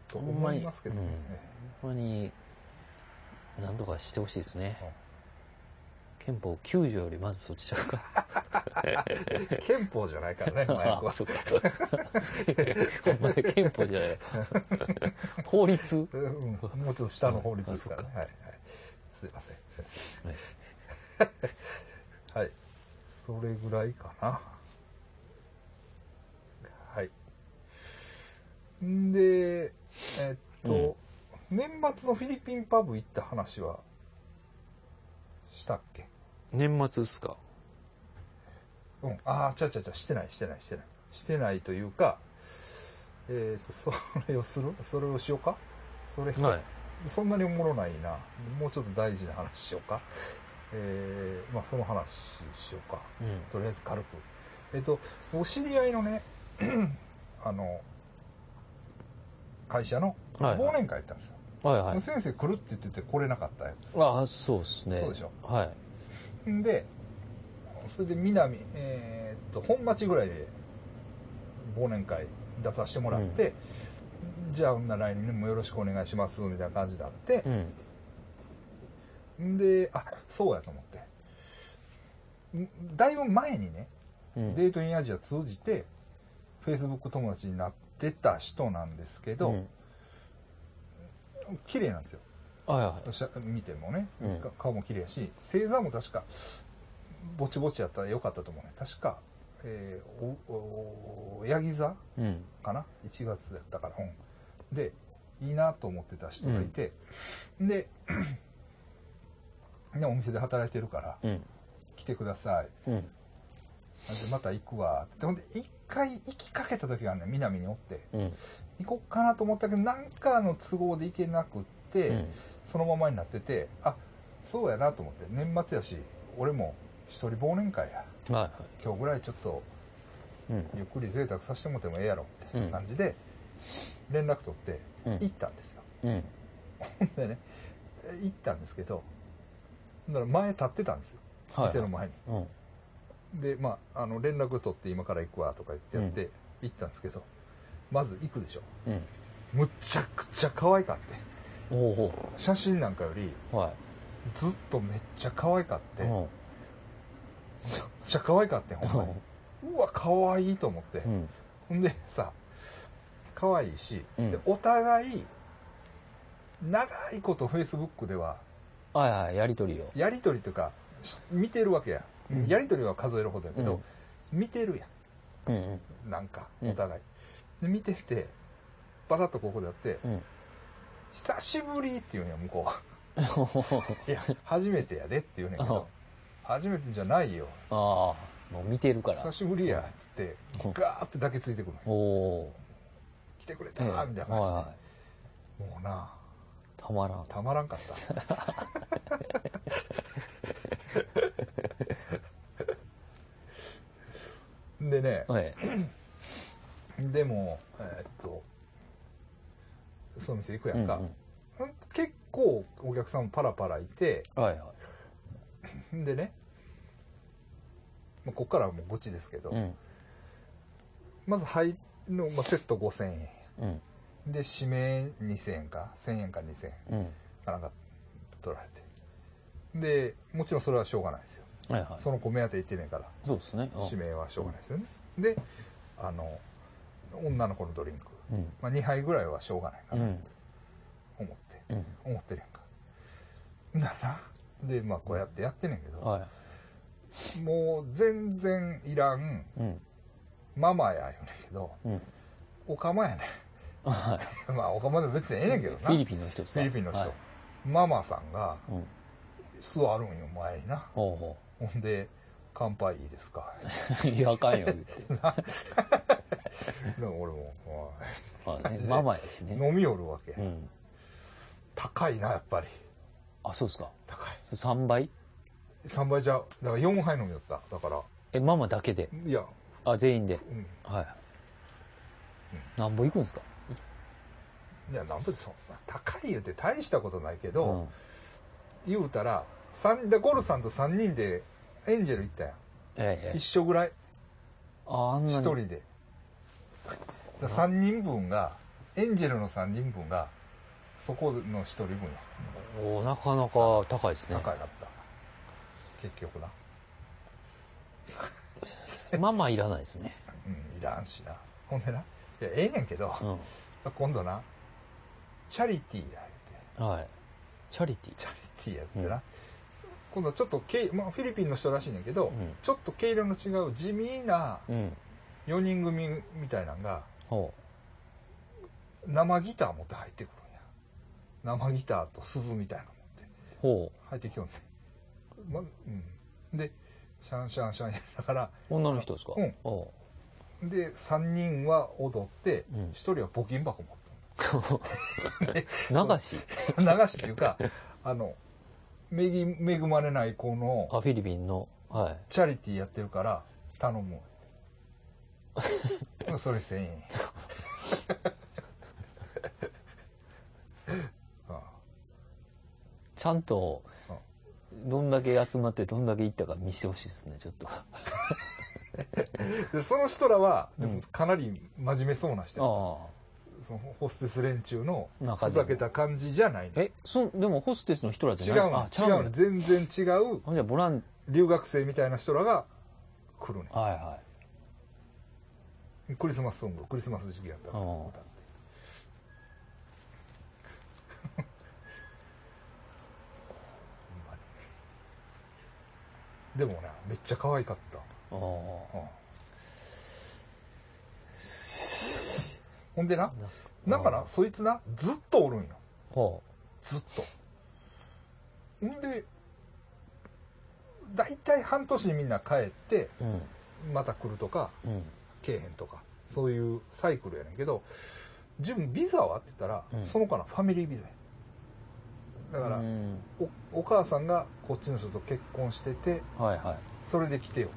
と思いますけどね。ほんまに、なんとかしてほしいですねうん。憲法9条よりまずそっちちゃうか。 憲法じゃないからね、麻薬あ 。は、そうか。お前憲法じ ゃない。法律。うんもうちょっと下の法律ですからね。 あはい、はい。すいません、先はい生。はい。それぐらいかな。はい。んで、えっと、年末のフィリピンパブ行った話は、したっけ年末っすか。うん。ああ、ちゃうちゃうちゃう、してない、してない、してない。してないというか、えっ、と、それをするそれをしようかそれ、はい。そんなにおもろないな。もうちょっと大事な話しようか。えー、まあその話しようか。うん。とりあえず軽く。えっ、と、お知り合いのね、 あの、会社のはい忘年会行ったんですよ。はいはい。先生来るって言ってて来れなかったやつ。ああ、そうですね。そうでしょはい。んで、それで南、えーっと、本町ぐらいで忘年会出させてもらって、じゃあ、ほんなら来年もよろしくお願いします、みたいな感じになってう、ん。んで、あ、そうやと思って。んだいぶ前にね、うん、デートインアジア通じて、Facebook 友達になってた人なんですけうど、ん綺麗なんですよ。はいはい。しゃ見てもね、うんか顔も綺麗やし星座も確かぼちぼちやったらよかったと思うね確か、えー、おおおヤギ座うん。かな1月やったから、うん、でいいなと思ってた人がいて、で ねお店で働いてるからうん。来てくださいうん。あじゃあまた行くわってほんで一回行きかけた時があるね南におってうん。行こっかなと思ったけどなんかの都合で行けなくって、うん。そのままになってて、あ、そうやなと思って、年末やし、俺も一人忘年会や。はいは今日ぐらいちょっとい。うん。ゆっくり贅沢させてもらってもええやろ、みたいな感じで、連絡取ってう行っん。たんですよ。 うん。でね、行ったんですけど、だから前立ってたんですよ。はい。店の前に。うん。で、まあ、あの、連絡取って今から行くわとか言ってやって、行ったんですけど、まず行くでしょ。うん。むちゃくちゃ可愛かって。ほうほ写真なんかより、う。はずっとめっちゃ可愛かって、めっちゃ可愛かってんほんまに。うわ、可愛いと思って。うん。ほんでさ、可愛いし、うんでお互い、長いこと Facebook では、はいはい、やりとりを。やりとりというか、し見てるわけや。うんやりとりは数えるほどやけど、見てるやうんうん。 ん。なんか、うんお互い。で、見てて、バタッとここでやって、うん。久しぶりって言うんや、向こう。いや、初めてやでって言うねんけど、初めてじゃないよ。ああ、もう見てるから久。しぶりや、つってうん、ガーって抱きついてくるのおよ。お来てくれー。たな、みたいな感はいはいじで。もうな、たまらん。たまらんかった。 でね、ええ。でも、えーっと、その店行くやうんんか。ほん結構お客さんもパラパラいて、うんはいはい。でね、まあここからはもうゴチですけど、うん。まず入るの、まあ、セット5000円。うん。で、指名2000円か、1000円か2000円うん。かなんか取られて。で、もちろんそれはしょうがないですよ。はいはい。その子目当て行ってねえから、そうですね。うん指名はしょうがないですよね。で、あの、女の子のドリンク、うん。まあ、2杯ぐらいはしょうがないかうな、ん。思って、うん。思ってるやんか。ならな。で、まあ、こうやってやってんねんけど、はもう全然いらん、い。うん。ママや言うねんけど、うん。おかまやね はん。 まあ、おかまでも別にええねんい。けフどな。ィリピンの人ですフかィリピンの人、はいママさんがうん。座るんよ前になほうほほんで「乾杯いいですかう。 いや、あかんよ、言って」でも俺もおはいママやしい ね。飲みよるわけ、うん。高いなやっぱりあ、そうですか。高いそれ3倍3杯じゃだから4杯飲みよっただからえ、ママだけで。いや、あ、全員で。うん、はい。なんぼいくんですかいやなんでそんな高い言うて大したことないけうど、ん。言うたら三でゴルさんと3人でエンジェル行ったやんええええ一。緒ぐらいあ、あんなに。 1人で3人分がエンジェルの3人分がそこの1人分やおなかなか高いですね。高いかった。結局な。ママいらないですね。うん、いらんしな。ほんでな。いや、ええねんけど、う今度な、チャリティーやん。はい。チャリティ言うて、チャリティーやってな。今度ちょっとけい、まあ、フィリピンの人らしいねんけど、うんちょっと毛色の違う地味なー。うん。 4人組みたいなんが、ほ生ギター持って入ってくるんや。生ギターと鈴みたいなの持ってう。ほ入ってきよんねん。ま、うん。で、シャンシャンシャンやりながら、う。女の人ですかうんおで、3人は踊って、うん1人は募金箱持ってんの流し。流しっていうか、あの、恵ぎ恵まれない子のあ、フィリピンの。はい。チャリティーやってるから頼む。 それ1000円。あ ちゃんと、どんだけ集まってどんだけ行ったか見せてほしいですね、ちょっと。ああでその人らは、でうもんかなり真面目そうな人や、あ。そのホステス連中の中ふでもざけた感じじゃないの。え、そん、でもホステスの人らじ違ゃうないのあ、、違うの。じ全然違うゃあボラン、留学生みたいな人らが来るねん。はいはクリスマスソング、クリスマス時期やったからああ歌って。ほんま にでもね、めっちゃ可愛かった。い。あうんほんでな、あ。なんかな、そいつな、ずっとおるんよ。ほずっと。ほんで、だいたい半年にみんな帰って、う。うん。また来るとか、うん。けえへんとか、そういうサイクルやねんけど、自分ビザはって言ったら、うんその子のファミリービザやだから、うんお、お母さんがこっちの人と結婚してて、はいはい。それで来てよ。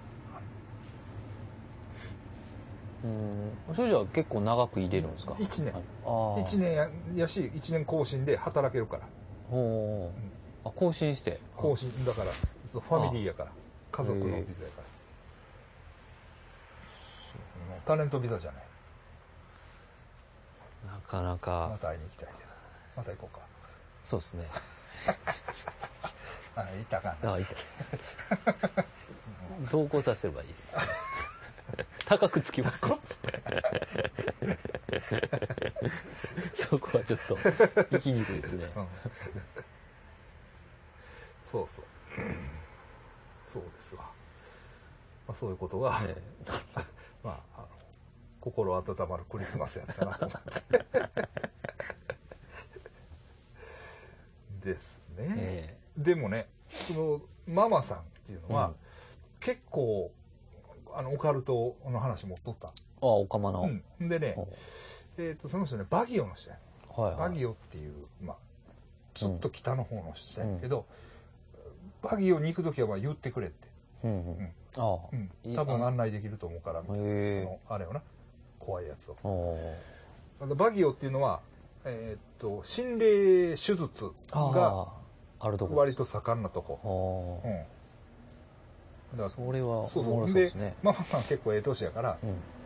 うん。それじゃあ結構長く入れるんですか一年はいああ。 1年ややし、1年更新で働けるから。ほう。あ、更新して。更新、だから、そうファミリーやから。家族のビザやから。うんタレントビザじゃない。なかなまか、た会いに行きたいけど。また行こうか。そうですね。あいたかなあ、いい同行させればいいです。高くつきます、ね。そこはちょっと、行きにくいですね。うんそうそう。そうですわ。まあ、そういうことが、えまあ、あの心温まるクリスマスやったなと思って。ですね。ええでもね、その、ママさんっていうのは、うん結構、あの、オカルトの話もっとった。えあ、おかまの。うん。んでね、おえっ、と、その人ね、バギオの人やね。はい、はい。バギオっていう、まあ、ちょっと北の方の人やねんけど、バギオに行くときはまあ言ってくれって。うんうんうんああ。ういん。い多分案内できると思うから、みたいな。へえその、あれよな。怖いやつを。おあのバギオっていうのは、えーっと、心霊手術あがあ、あるとこ。割と盛んなとこ。おうん。だからそれは、おそうもそろう。そうでですね、。ママさん結構ええ年やから、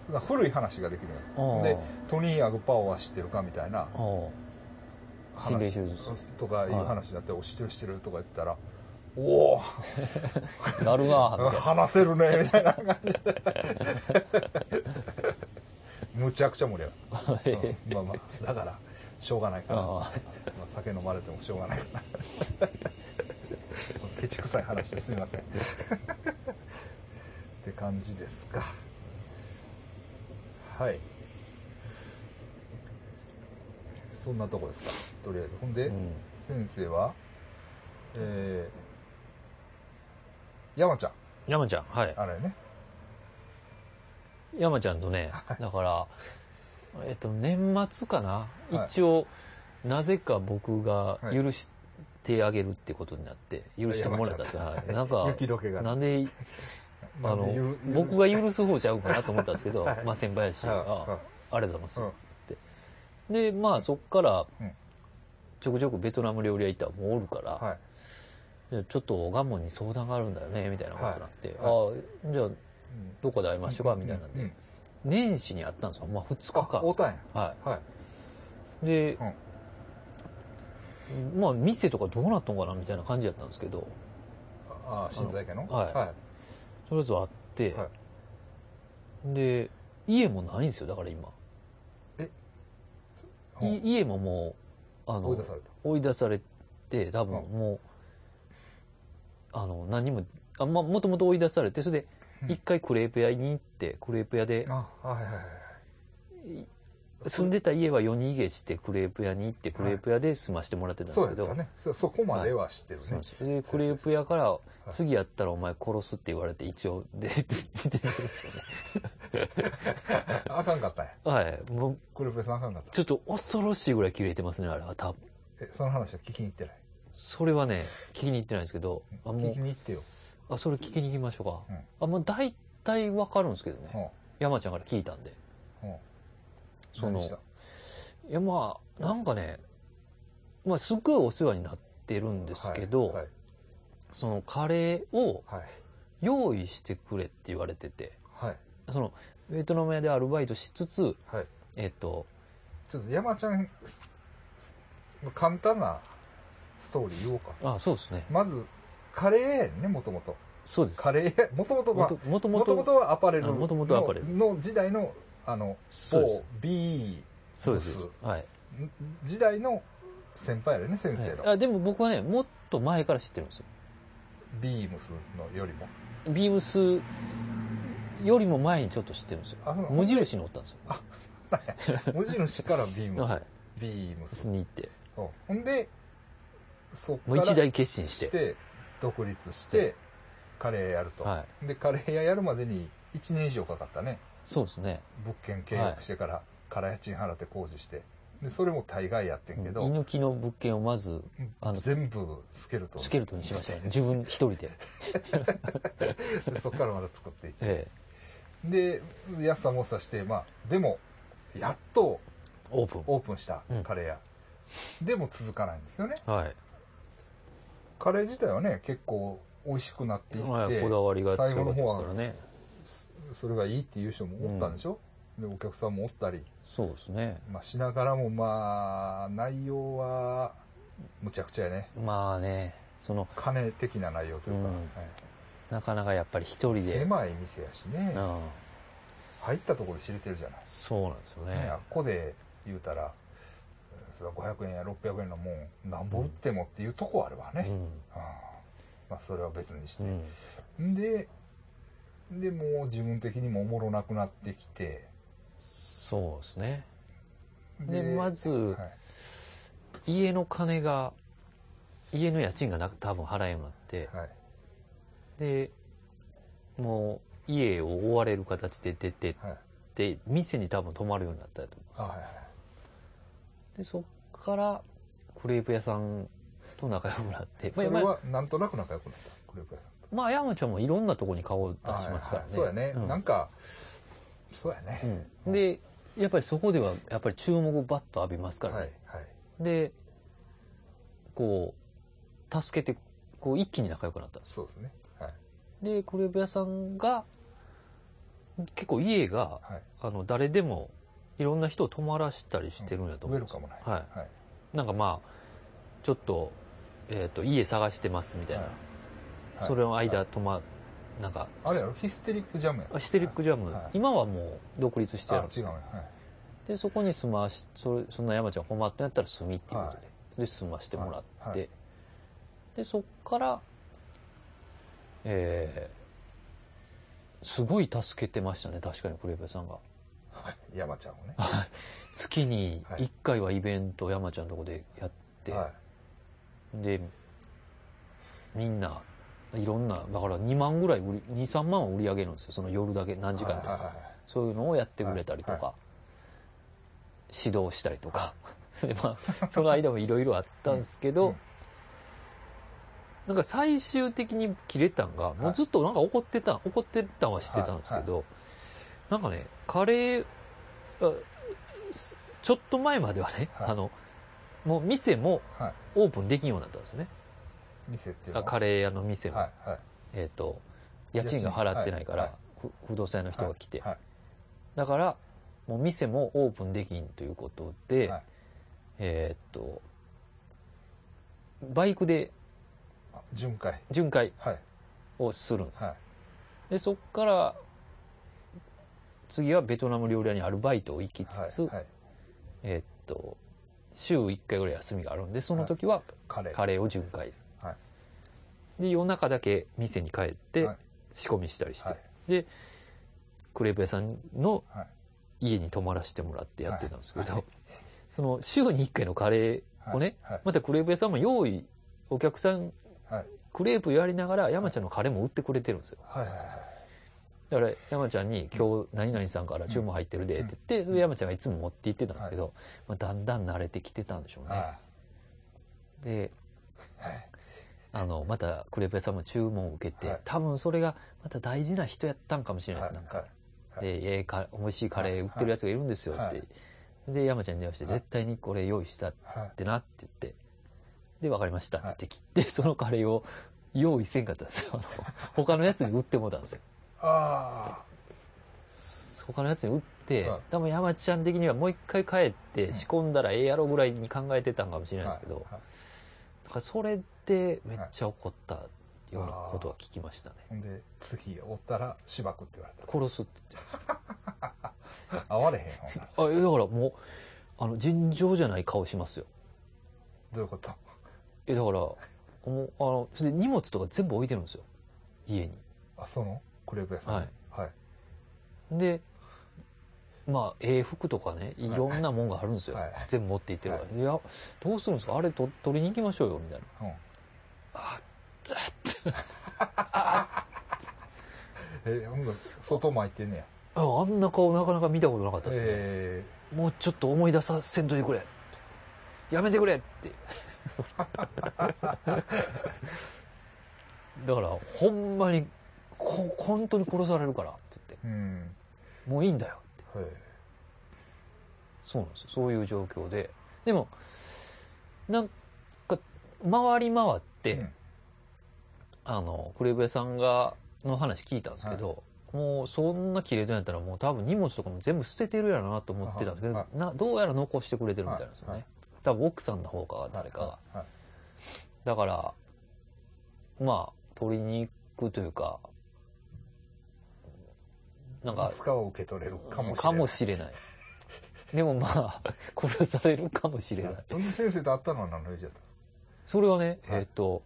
うん。古い話ができるのああよ。で、トニー・アグパオは知ってるかみたいなああ。心霊話手術とかいうはい話になって、お知ってる知ってるとか言ったら、おおなるなぁ、話せるねみたいな感じでむちゃくちゃ盛り上がる、 うんまあまあだからしょうがないからあまあ、酒飲まれてもしょうがない からケチくさい話ですみません って感じですかはいそんなとこですかとりあえずほんで、うん先生はえー、山ちゃん山ちゃん、はい。あれね山ちゃんとね、だから、えっと、年末かな、はい一応、なぜか僕が許してあげるってことになって、許してもらったんです山ちよ。ゃんはいなんか、雪解けがねなんで、あなんでのゆ、ゆ僕が許す方ちゃうかなと思ったんですけ ど、はいまあ先輩やし、はいあはありがうとうございんますって。で、まあそっからうん、ちょくちょくベトナム料理屋行ったらもうおるから、はいじゃあちょっと我慢に相談があるんだよね、みたいなことになって、はああ、じゃあうんどこで会いましょうか、みたいなんで、うんうん年始に会ったんですよ。まあ2あ日間会。うたんやははいい。で、うんまあ店とかどうなったのかなみたいな感じだったんですけど、ああ新財家のはいはとりあえず会って、はで、家もないんですよ、だから今。いい家ももう、あの、追い出された追い出されて、多分うんもう、あの、何も、あまあ、もともと追い出されて、それうんで、一回クレープ屋に行って、クレープ屋で、あはいはいはいい住んでた家は夜逃げして、クレープ屋に行って、クレープ屋で済ましてもらってたんでそすうけやど、ったねそそこまでは知ってるそうなねんですよで、クレープ屋から、い次やったらお前殺すって言われて、一応 出て、出てるんですよね。あかんかったんやはい。もう、クループさんあかんかったちょっと恐ろしいぐらい切れてますね、あれは。多分えその話は聞きに行ってないそれはね、聞きに行ってないんですけど、あ、も聞うき、に行ってよあ、それ聞きに行きましょうか。うんあ、もう大体わかるんですけどうね。ん山ちゃんから聞いたんで。うんその何したいや、まあ、なんかね、まあ、すっごいお世話になってるんですけど、はいそのカレーをはい用意してくれって言われてて、はいその、ベトナム屋でアルバイトしつつ、はいえっと、ちょっと山ちゃんすす簡単なストーリー言おうかあ、そうですね。まずカレーやねもともとそうです。カレー 屋もともとはもともともともとはアパレルあの元々はアパレルの時代のあのそうです某 B そうです。はい。時代の先輩やね先生の、はいあでも僕はね、もっと前から知ってるんですよ。ビームスのよりもビームスよりも前にちょっと知ってるんですよ。あそうなの無印におったんですよ。無印からビームス、はい。ビームスに行って。うんほんでそっかもうら一大決心し。してて独立してカレーやると、はでカレー屋やるまでに1年以上かかったねそうですね。物件契約してから、から家賃払って工事してでそれも大概やってんけど、犬木の物件をまず、あの、全部スケルトンスケルトンにしましたよね。自分一人 で。でそっからまた作っていっええ。で安さもさしてまあでもやっとオープン。オープンしたうんカレー屋、でも続かないんですよねはい。カレー自体はね結構美味しくなっていって、はい。こだわりが最強後のかった方ですからはね。それがいいっていう人もおったんでしょ、でお客さんもおったり、そうですね。まあ、しながらもまあ内容はむちゃくちゃやねまあね。その、金的な内容というか、うはいんなかなかやっぱり一人で、狭い店やしね、うん、入ったところで知れてるじゃない、そうなんですよね。ねあっこで言うたらそれは500円や600円のもんなんぼ売ってもっていうとこあるわね、ああまあそれは別にしうて、ん。うん。ででもう自分的にもおもろなくなってきてそうですね。で、まず、はい、家の金が、家の家賃がな多分払えんようになって、はい、で、もう家を追われる形で出てっはい、て、店に多分泊まるようになったと思うんですあよはいはいで、そっから、クレープ屋さんと仲良くなって、それまあ、まあはなんとなく仲良くなったクレープ屋さんとまあ、山ちゃんもいろんなとこに顔を出しはいますからはね。いそうやね、んなんかそうやね、うんで、やっぱりそこでは、やっぱり注目をバッと浴びますからね。はいはいで、こう、助けて、こう、一気に仲良くなったんです。そうですねはいで、クレープ屋さんが、結構家が、はいあの、誰でも、いろんな人を泊まらしたりしてるんだとウェ思うんルですカムないはいはいなんかまあ、ちょっと、えっ、と、家探してますみたいな。はいはいそれの間泊ま、なんか、あれやろヒステリックジャムやあヒステリックジャム、はい今はもう独立してあ違やうるんですねはいで、そこに住まし、それそんな山ちゃん困ってなったら住みっていうことで、で、住ましてもらって、はいはいで、そっから、えー、すごい助けてましたね、確かにクレープ屋さんが。はい山ちゃんをね月にはい1回はイベントを山ちゃんのとこでやって、はいで、みんな、いろんな、だから2万ぐらい売り、2、3万は売り上げるんですよ、その夜だけ、何時間はいでは。いはいそういうのをやってくれたりとか、はいは指導したりと か、でまあ、その間もいろいろあったんですけど、うんうんなんか最終的に切れたんが、もうずっとなんか怒ってた、怒ってたんは知ってたんですけど、なんかね、カレー、あすちょっと前まではね、はいあの、もう店もはいオープンできんようになったんですよね。店っていうあのカレー屋の店も。はいはいえっ、と、家賃が払ってないから、はいふ不動産屋の人が来て、はいだから、もう店もオープンできんということで、はいえーっと、バイクであ巡回巡回はいをするんです。はいで、そっから、次はベトナム料理屋にアルバイトを行きつつ、はいはいえーっと、週1回ぐらい休みがあるんで、その時はカレーカレーを巡回する。はいで、夜中だけ店に帰ってはい仕込みしたりして、はいで、クレープ屋さんのはい家に泊まらせてもらってやってたんですけど、はいはい その週に1回のカレーをね、はいまたクレープ屋さんも用意、お客さん、はいクレープやりながら山ちゃんのカレーも売ってくれてるんですよ。はいはいはいだから山ちゃんに今日何々さんから注文入ってるでって言って、うんで山ちゃんがいつも持って行ってたんですけど、まあ、だんだん慣れてきてたんでしょうね。はで、はいあの、またクレープ屋さんも注文を受けて、はい多分それがまた大事な人やったんかもしれいないです。なんかはいはいで、えーか、美味しいカレー売ってるやつがいるんですよって。はいはで、山ちゃんに電話して、はい絶対にこれ用意したっはいてなって言って、で、わかりましたって言って切って、そのカレーを用意せんかったんです よ。あの他のやつに売ってもうたんですよ。あ他のやつに売って、はい多分山ちゃん的にはもう一回帰って仕込んだらええやろぐらいに考えてたんかもしれあないですけど、はいはいだからそれでめっちゃ怒ったようなことは聞きましたね。ほんで次おったらしばくって言われ殺すって言って。た会われへんほんなら あ、いやだからもう、あの、尋常じゃない顔しますよ。どういうことえ、だから、もう、あの、それで荷物とか全部置いてるんですよ。家に。あそのクレープ屋さんはいはいで、まあ、ええ服とかね、いろんなもんがあるんですよ。はい全部持っていってるから。い、や、どうするんですかあれと取りに行きましょうよ、みたいな。うんあえほんで外巻いてんねやああんな顔なかなか見たことなかったですね。えもうちょっと思い出させんといてくれ。やめてくれって。 だから、ほんまに、ほ、本当に殺されるからって言ーっうんて、もういいんだよって。はいそうなんですよ。そういう状況で。でも、なんか、回り回って、うんあの、クレープ屋さんが、の話聞いたんですけど、もうそんな切れてんやったらもう多分荷物とかも全部捨ててるやろなと思ってたんですけど、はなどうやら残してくれてるみたいなんですよね。はいはい多分奥さんの方か誰かが。はいだから、まあ、取りに行くというか、なんかい、つかは受け取れるかもしかれなもい。しれない。でもまあ、殺されるかもしれない。うん先生と会ったのは何の用事だったんですか それはね、はいえっと、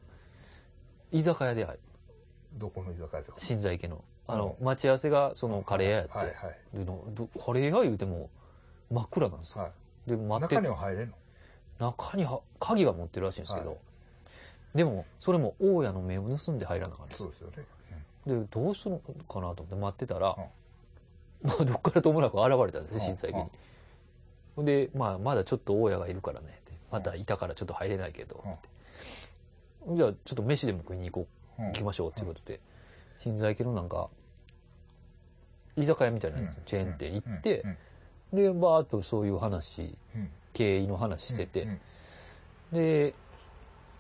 居酒屋で会い、どこの居酒屋とか。新座池の。あの、う待ち合わせがそのカレー屋やって、はいはい。でのどカレー屋言うても真っ暗なんですよ。はで、い、待って中には入れんの中には鍵は持ってるらしいんですけど、はいでもそれも大家の目を盗んで入らなかったそうですよね。でどうするのかなと思って待ってたら、まあ、どっからともなく現れたんですうねん震災に、ほんで、まあ、まだちょっと大家がいるからねってまたいたからちょっと入れないけど、ってじゃあちょっと飯でも食いに行こううん。うん行きましょうっていうことで新在家のなんか居酒屋みたいなやつ、チェーン店行って、うんでバーっとそういう話うんうん経営の話してて、うんうんで、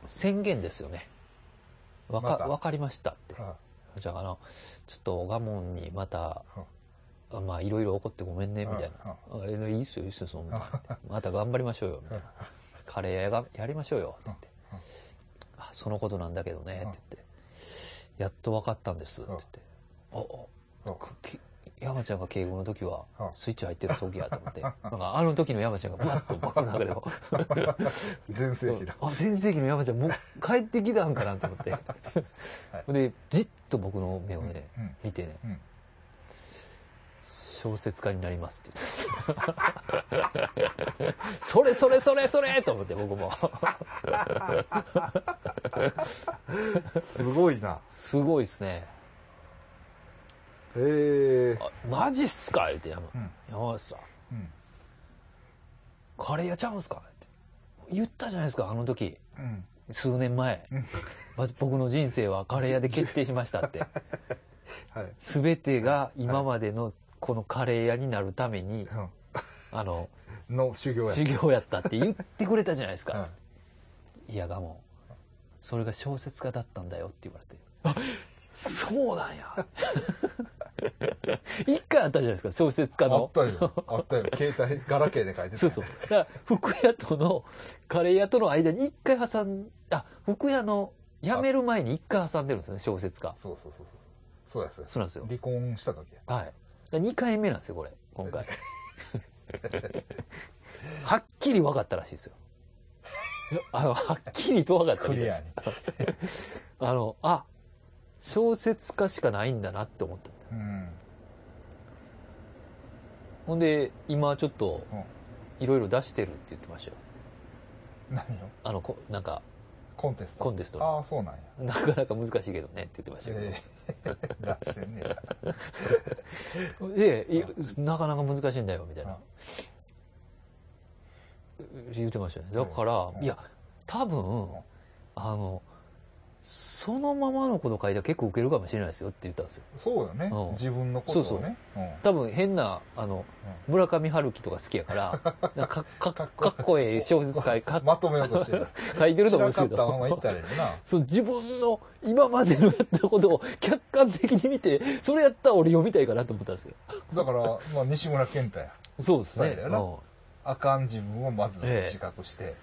宣言ですよね。わか、またわかりましたって。はじゃあ、あの、ちょっと我慢にまたは、あまあ、いろいろ起こってごめんね、みたいなは。あえいいっすよ、いいっすよ、そんな。また頑張りましょうよ、みたいな。カレー屋がやりましょうよ、って言ってはは。あ、そのことなんだけどね、っはて言って。やっとわかったんです、って言って。あ、あはくき山ちゃんが敬語の時はは、スイッチ入ってる時やと 思って。なんか、あの時の山ちゃんがブワッと僕の中 でも。全盛期だ。あ、全盛期の山ちゃん、もう帰ってきたんかなと思 って。で、じっと僕の目をね、うん見てね、うん小説家になりますって 言って。それそれそれそれと思って僕も。すごいな。すごいですね。へえ。あマジっすか言って山、うん山内さん。うん。カレー屋ちゃうんすかって言ったじゃないですか、あの時。うん。数年前。ま僕の人生はカレー屋で決定しましたって。はい。すべてが今までのこのカレー屋になるために、あの、うんの修行や。修行やったって言ってくれたじゃないですはかい。いや、がもそれが小説家だったんだよって言われて。あそうなんや。 一回あったじゃないですか、小説家あっの。たよ。あったよ。携帯、ガラケーで書いてた。 そうそう。だから、福屋との、カレー屋との間に一回挟ん、あ、福屋の辞める前に一回挟んでるんですよね、小説家。そうそうそうそう。そうやそうや。そうなんですよ。離婚した時や。はい。2回目なんですよ、これ、今回。 はっきり分かったらしいですよ。あの、はっきりと分かったクみたいリでアすに。。あの、あ、小説家しかないんだなって思った。うん。ほんで、今ちょっとうん、いろいろ出してるって言ってましたよ。何をあの、こなんか、 コンテスト。コンテストああ、そうなんや。なかなか難しいけどねって言ってましたけど。ええ。出してんねや。で、いなかなか難しいんだよ、みたいなあ。言ってましたね。だからう、んいや、多分、あの、そのままのこと書いたら結構ウケるかもしれないですよって言ったんですよ。そうよねうん。自分のことをね。そうそううん多分変な、あの、村上春樹とか好き やから、なんかかかかっこええ小説書いかまとめようとしてる。書いてると散思うらんですかけったまま行どっ。たらいいな。そう自分の今までのやったことを客観的に見て、それやったら俺読みたいかなと思ったんですよ。だから、まあ、西村健太や。そうですね。そうだよなうんあかん自分をまずええ自覚して、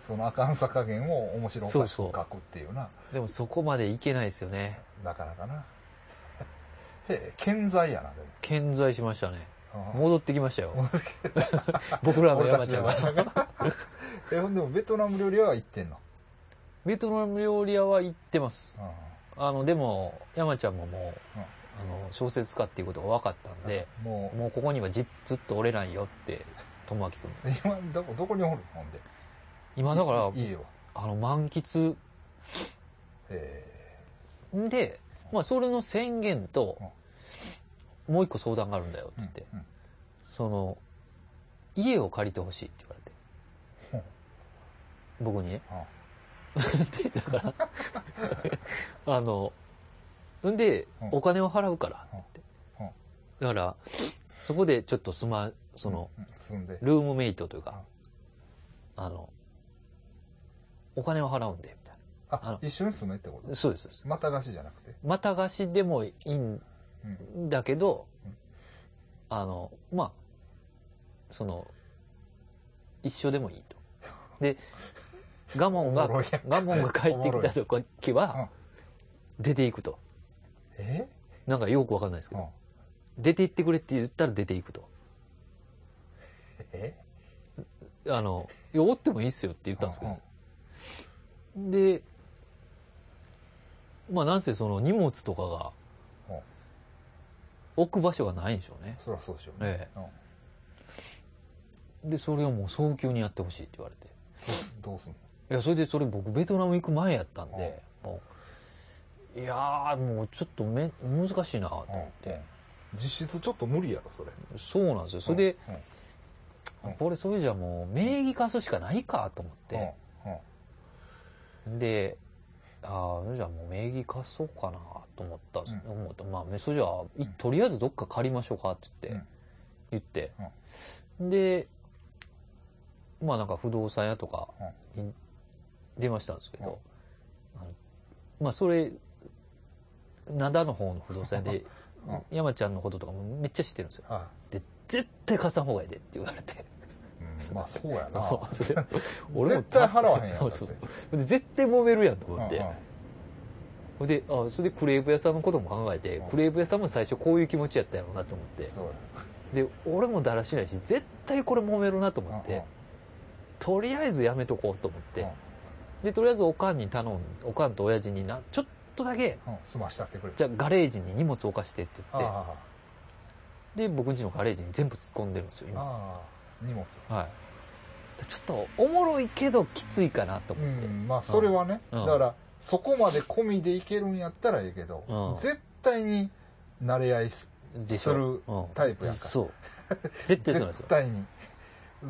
そのあかんさ加減を面白おかしくそう書そうくっていうな。でもそこまでいけないですよね。なかなかな。 へえ、健在やな、で健在しましたね。も。戻ってきましたよ。僕らの山ちゃんが俺。たちの山ちゃんが え、ほんでもベトナム料理屋は行ってんの。ベトナム料理屋は行ってますう。んあの、でも、山ちゃんももう、うんあの、小説家っていうことが分かったんで、ももうここにはじずっとおれないよって、友明君。う、今、どこ、どこにおるのほんで。今だから、家は。あの、満喫えで、まあ、それの宣言と、もう一個相談があるんだよえって言って、うんうんその、家を借りてほしいって言われてほう。僕にね。あで、だから、 あの、んでうん、お金を払うからってうんうん。だから、そこでちょっとすま、その、うん住んで。ルームメイトというか、あの、お金を払うんで、みたいああの、一緒に住めってこな。とそうですそうです。また貸しじゃなくて。また貸しでもいいんうん。だけどうん、あの、まあ、その、一緒でもいいと。で、ガモンが、おもろいやんガモンが帰ってきた時は、出ていくと。えなんかよくわかんないですけうど、ん出て行ってくれって言ったら出ていくと。えあの、いやおってもいいっすよって言ったんですけど、で、まあなんせその荷物とかがうん、置く場所がないんでしょうね。そりゃそうでしょうね。ええ。で、それをもう早急にやってほしいって言われて。うんどうすんいや、それでそれ僕ベトナム行く前やったんで、もう、いやーもうちょっとめ、難しいなとの思って。うん実質ちょっと無理やろ、それ。そうなんですよ。それで、うん、うんこれそれじゃもう名義貸すしかないかと思って。うん、うんで、ああ、それじゃもう名義貸そうかなと思ったんです、う思ったまあ、それじゃあ、ういんとりあえずどっか借りましょうかって言うってん、言って、で、まあなんか不動産屋とかに出ましたんですけど、あのまあそれ、灘の方の不動産屋で うん、山ちゃんのこととかもめっちゃ知ってるんですよ。はで、絶対貸さん方がいいでって言われて。い。うんまあ、そうやな。 うそれ絶対払わへんやんだって そうそうで絶対揉めるやんとんう思んって。ほんで、あ、それでクレープ屋さんのことも考えてうん、クレープ屋さんも最初こういう気持ちやったやろうなと思って。そうで、俺もだらしないし、絶対これ揉めるなとや。思っうんて、とりあえずやめとこうと思っうんて、で、とりあえずおかんに頼ん、おかんと親父にな、ちょっとだけ、うん、済ましてってくれ。じゃあガレージに荷物置かしてってあ言っあ、て、で、僕んちのガレージに全部突っ込んでるんですよ、今。あはあ、荷物。い。ちょっと、おもろいけどきついかなとう思って。ん、まあ、それはね。うんだから、そこまで込みでいけるんやったらええけうどん、絶対に慣れ合いすでしするうんタイプやんか そう。絶対そうなんです絶よ。対に。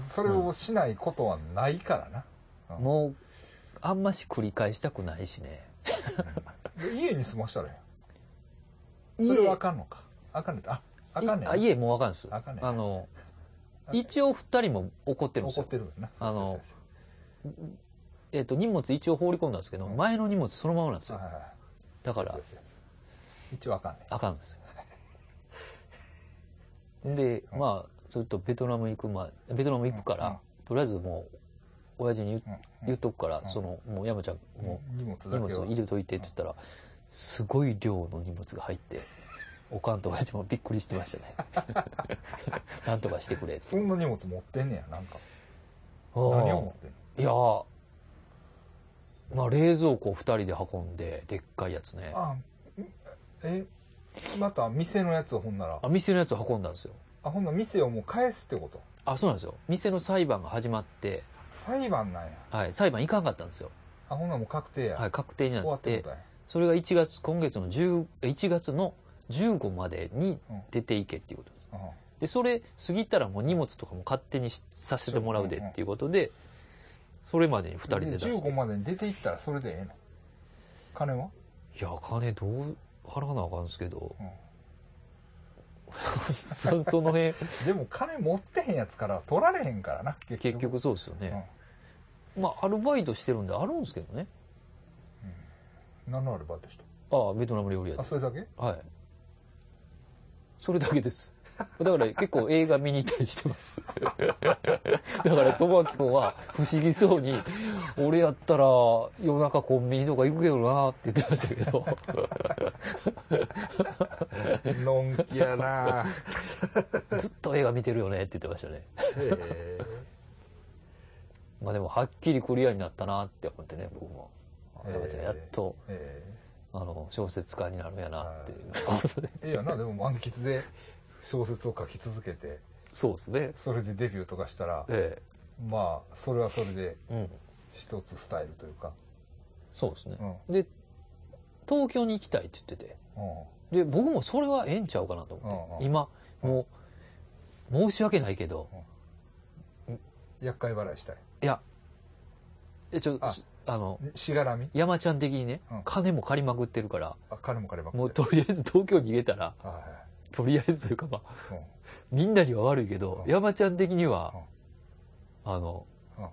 それをしないことはないから な。もう、あんまし繰り返したくないしね。で家に住ましたらええやん。家それはあかんのか。あかんねんてあ、あかんねんいあ、家もうわかんないです。あかんねんあの、あかんねん一応二人も怒ってるんです怒よっ。てるんだな。あのそうそうえっ、と、荷物一応放り込んだんですけど、うん前の荷物そのままなんですそうよは。いはいはいだからそう、そうそう一応あかんねん。あかんですよ。で、まあ、ちょっとベトナム行く前、ベトナム行くかうんら、とりあえずもう、親父に言,、うんうん言っとくから、うんその、もう山ちゃん、も荷物う、荷だけ物をは入れといてって言ったら、すごい量の荷物が 入って、おかんと親父もびっくりしてましたね。なんとかしてくれって。そんな荷物持ってんねやなんか何何を持ってんのいやーまあ冷蔵庫2人で運んで、でっかいやつね。あんえまた店のやつをほんならあ、店のやつ運んだんですよ。あほんなら店をもう返すってことあ、そうなんですよ。店の裁判が始まって、裁判なんやはい、裁判行かんかったんですよ。あほんならもう確定や、はい、確定に終わなっっててこと、やそれが1月、今月の10、1月の15までにうん出ていけっていうことです。うんで、それ過ぎたらもう荷物とかも勝手にしさせてもらうでっていうことで、それまでに2人で出して。 15までに出ていったらそれでええの金はいや、金どう払わなあかんですけど、うん そその辺、でも金持ってへんやつからは取られへんからな結結局そうですよね。まあ、アルバイトしてるんであるんですけどね。うん、何のアルバイトしたああ、ベトナム料理屋あで。それだ けはい。それだけです。 だから結構映画見に行ったりしてます。 だから、ともあきくんは不思議そうに、俺やったら夜中コンビニとか行くけどなって言ってましたけど。 のんきやなずっと映画見てるよねって言ってましたね。へ えまあでも、はっきりクリアになったなって思ってね、僕も。あやばいやっと、ええあの、小説家になるんやなっていうことで。ええやな、でも満喫で小説を書き続けて、 そうですね。それでデビューとかしたら、えまあ、それはそれでえ。うん。一つスタイルというか。そうですねう。ん。うん。で、東京に行きたいって言ってて。で、僕もそれはええんちゃうかなと思って。うん今、もう、申し訳ないけど、厄介払いしたい。いや、えちょ、あああの、しがらみ山ちゃん的にねうん、金も借りまくってるから、あ、金も借りまくってもうとりあえず東京に逃げたら、はいはとりあえずというかまあ、い。みんなには悪いけど、うん山ちゃん的には、あの、うん。う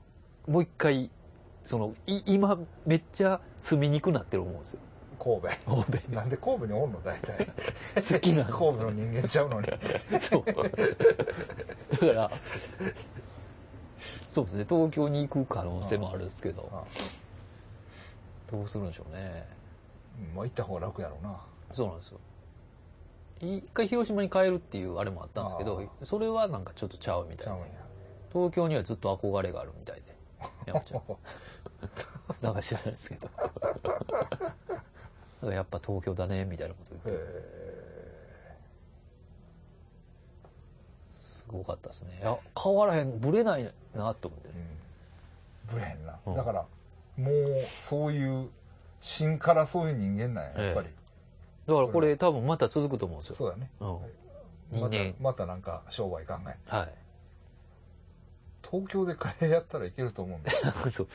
ん。もう一回、その、い今、めっちゃ住みにくくなってる思うんですよ。神 欧米 戸。なんで神戸におんの大体。好きなんです神よ戸の人間ちゃうの に。そう。だから、そうですね、東京に行く可能性もあるんですけど、あどうするんでしょうね。まあ行った方が楽やろうな。そうなんですよ。一回広島に帰るっていうあれもあったんですけど、それはなんかちょっとちゃうみちたゃいうんで。や。東京にはずっと憧れがあるみたいで。山ちゃんなんか知らないですけど。だからやっぱ東京だね、みたいなこと言って。えすごかったですね。いや、変わらへん、ぶれないなと思ってーうね。ん。ぶれへんな。うんだから、もう、そういう、芯からそういう人間なんや、やっぱり。えだからこれ多分また続くと思うんですよ。そうだね。うん。ま2た年、。またなんか商売考え。はい。 東京でカレーやったらいけると思うんだよ。そう。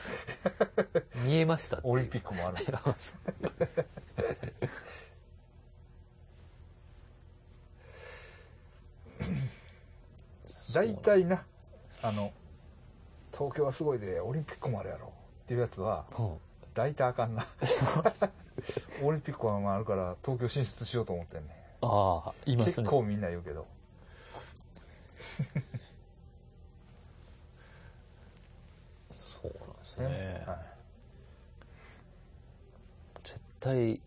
見えましたっていうオリンピックもある。大体な、あの、東京はすごいで、オリンピックもあるやろ。っていうやつは、うん大体あかんな。オリンピックはまああるから、東京進出しようと思ってんね。ああ、います結ね。構みんな言うけど。そうなんですねね。はい絶対、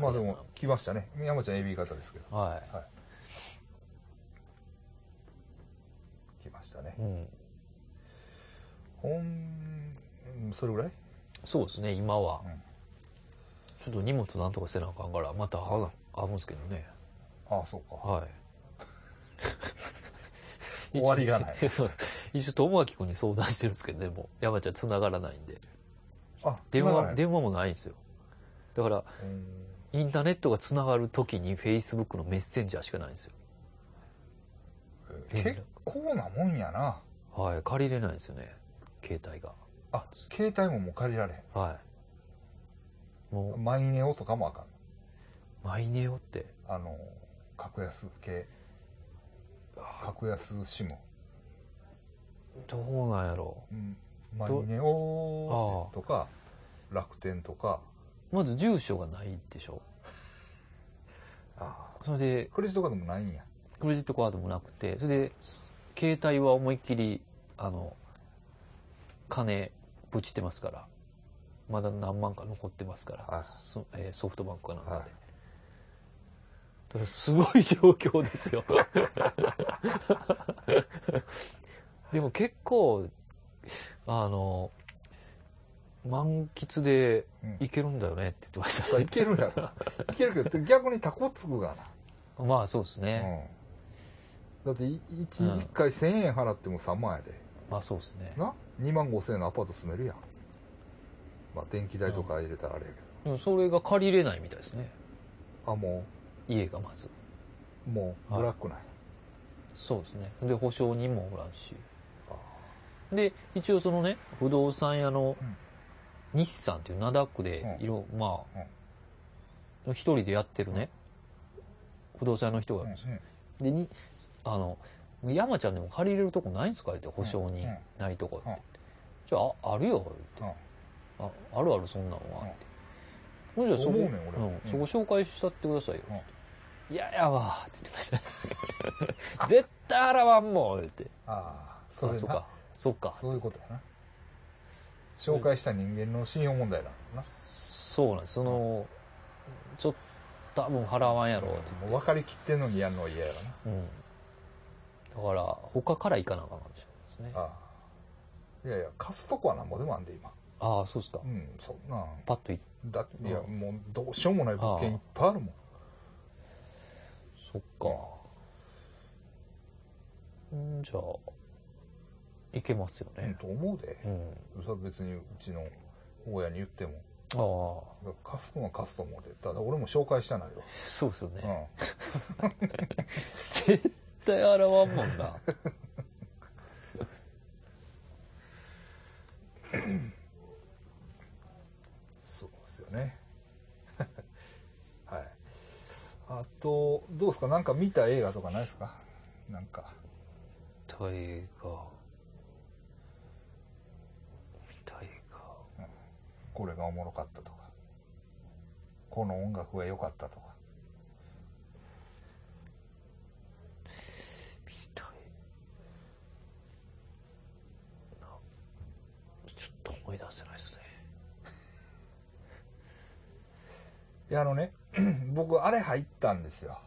まあでも、来ましたね。山ちゃん AB 型ですけど。は来ましたねい。。うん。ほん、うんそれぐらいそうですね、今はうん。ちょっと荷物なんとかせなあかんから、また会う会うんですけどね。ああ、そうか。はい。 終わりがない一応。 そう一応、友明君に相談してるんですけどね、もう。山ちゃん繋がらないんで。あ、電繋がらへ話、ん電話もないんですよ。だから、うんインターネットが繋がるときに Facebook のメッセンジャーしかないんですよ。連絡結構なもんやな。はい。借りれないんですよね。携帯が。あ、携帯ももう借りられへはい。もん。マイネオとかもあかん。う、マイネオって。あの、格安系、格安シム。どうなんやろうんマイネオああとか、楽天とか、う。まず住所がないでしょ。ああそれで、クレジットカードもないんや。クレジットカードもなくて、それで、携帯は思いっきり、あの、金、ぶちってますから。まだ何万か残ってますから。はいそえーソフトバンクかなんかで。はいだからすごい状況ですよ。 でも結構、あの、満喫でうんいけるんだよねって言ってましたいね。けるや ろ。いけるけど、逆にタコつくがな。まあそうですね。うん、だってい一うん一回1000円払っても3万やでまあそうですね。な2万5000円のアパート住めるやんまあ電気代とか入れたらあれやけでもそれが借りれないみたいですね。ど、あも家がまず。うもうはいブラックない、そうですね。で、保証人もおらんし。で、一応そのね、不動産屋のうん西さんっていう灘区で、うんいろ、まあ、一人でやってるね、不動産屋の人がうんいるんですよ。うんで、に、あの、山ちゃんでも借りれるとこないんですかって、保証人うんないとこってうん。じゃあ、あるよ、って。うんあ、あるある、そんなのは。って。ほんじゃ、そこ、思うねん俺うんうそこ紹介したってくださいよ。うんいや、やわ、って言って ましたね。絶対払わんもん、って。ああそあれそっなか。そっか。そういうことやな紹介した人間の信用問題だなそうなんです。その、ちょっと多分払わんやろってもう分かりきってんのにやるのは嫌やろな言って。うん。だから、他から行かなあかんかもしれないですね。ああいやいや貸すとこはなんぼでもあんで今ああ、そうっすかう。んそんなんパッと行っだっていやうもうどうしようもない物件いっぱいあるもんそっか。んじゃあ、行けますようんね。と思うでうん。それは別にうちの親に言ってもああ、だから貸すのは貸すと思うでただ俺も紹介したないよ、そうですようね。ん、絶対払わんもんな。そうですよね はいあとどうですかなんか見た映画とかないですかなんか大河。大河。これがおもろかったとかこの音楽が良かったとかみたいなちょっと思い出せないですねで、あのね、 僕、あれ入ったんですよ。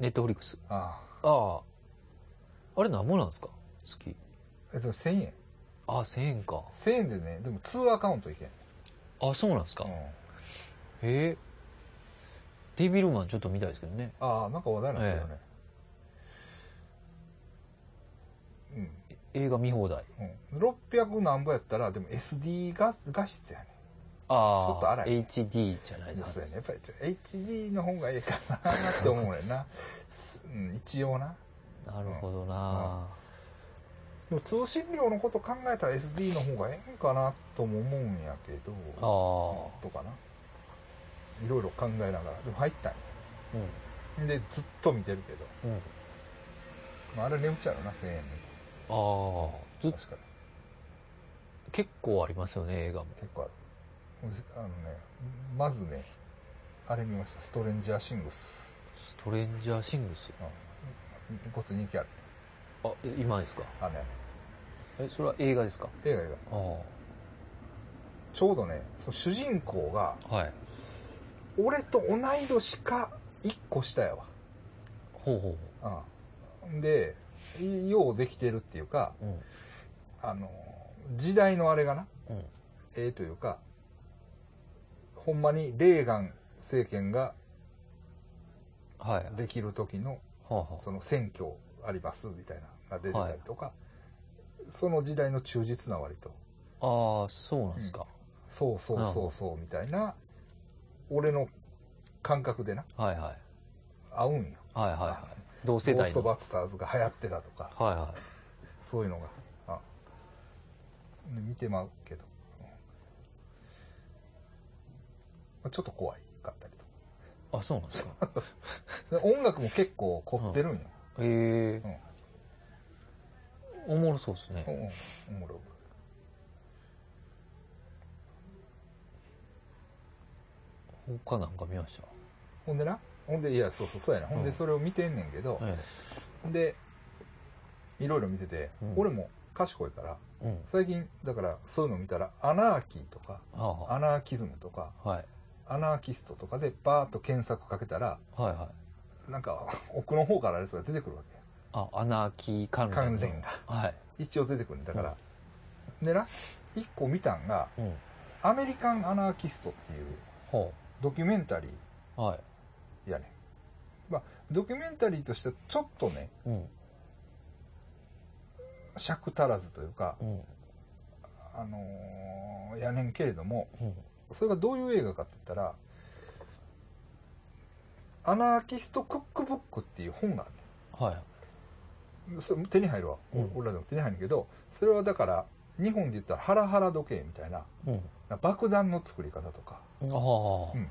ネットフリックス。あああ。あれ何もなんですか月。あ。えっと、1000円。あ、1000円か。 1000円でね、でも2アカウントいけん。あ、そうなんですか。うんへ。え。デビルマンちょっと見たいですけどね。ああ、なんか話題になったよね。映画見放題。うん。うん。600何ぼやったら、でも SD 画画質やね。ああ。ちょっと荒い HD じゃないでそすうや。かね。やっぱりちょ HD の方がええかなって思うねんな。 うん、一応な。なるほどな、でも通信量のこと考えたら SD の方がええんかなとも思うんやけど。ああ。とかな。いろいろ考えながら。でも入ったんうや。で、ずっと見てるけど。ん。うん。まあ、あれ眠っちゃうよな、1000円ああ。で。ずっ確かに。結構ありますよね、映画も。結構ある。あのね、まずね、あれ見ました。ストレンジャーシングス。ストレンジャーシングス。うん。こっち人気ある。あ、え今ですかあのね、え、それは映画ですか映画映画。あちょうどね、その主人公が、あ。はい。俺と同い年か1個下やほうほうわ。うん。で、ようできてるっていうか、ほう。うん。あの、時代のあれがな、うん。ええというか、ほんまにレーガン政権がはい。はできる時の、あ、はその選挙ありますみたいなのが出てたりとか、その時代の忠実な割と、あ。ああ、そうなんですか。そうそうそうそうみたいな、俺の感覚でな、はいはい。合うんよ。はいはいはい。同世ゴー代ストの。バスターズが流行ってたとか、はいはそういうのが。あで見てまうけど。うんまあちょっと怖いかったりい。あ、そうなんですか。 とか。で音楽も結構凝ってるんよ。えうん。えおもろそうですうんね。うんおもろい他なんか見ましほんでな、ほんで、いや、そうそう、そうやな。ほんうで、んそれを見てんねんけどた。、えで、いろいろ見てて、うん俺も賢いから、え。うん。最近、だから、そういうの見たら、アナーキーとか、はあ、はアナーキズムとか、あ。はい。アナーキストとかで、バーッと検索かけたら、はいはい。なんか、奥の方からあれが出てくるわけや。あ、アナーキー関連。関連が。はい。一応出てくるんだから、でな一個見たんがうん。 「アメリカン・アナーキスト」っていうほドキュメンタリう。はい。ーやねんまあドキュメンタリーとしてちょっとねうん。尺足らずというかうん。あのーやねんけれどもうん。それがどういう映画かって言ったら「アナーキスト・クックブック」っていう本があるはい。ねんそれ手に入るわ、うん俺らでも手に入るけどそれはだから日本で言ったらハラハラ時計みたいなうん。な爆弾の作り方とかああ。うん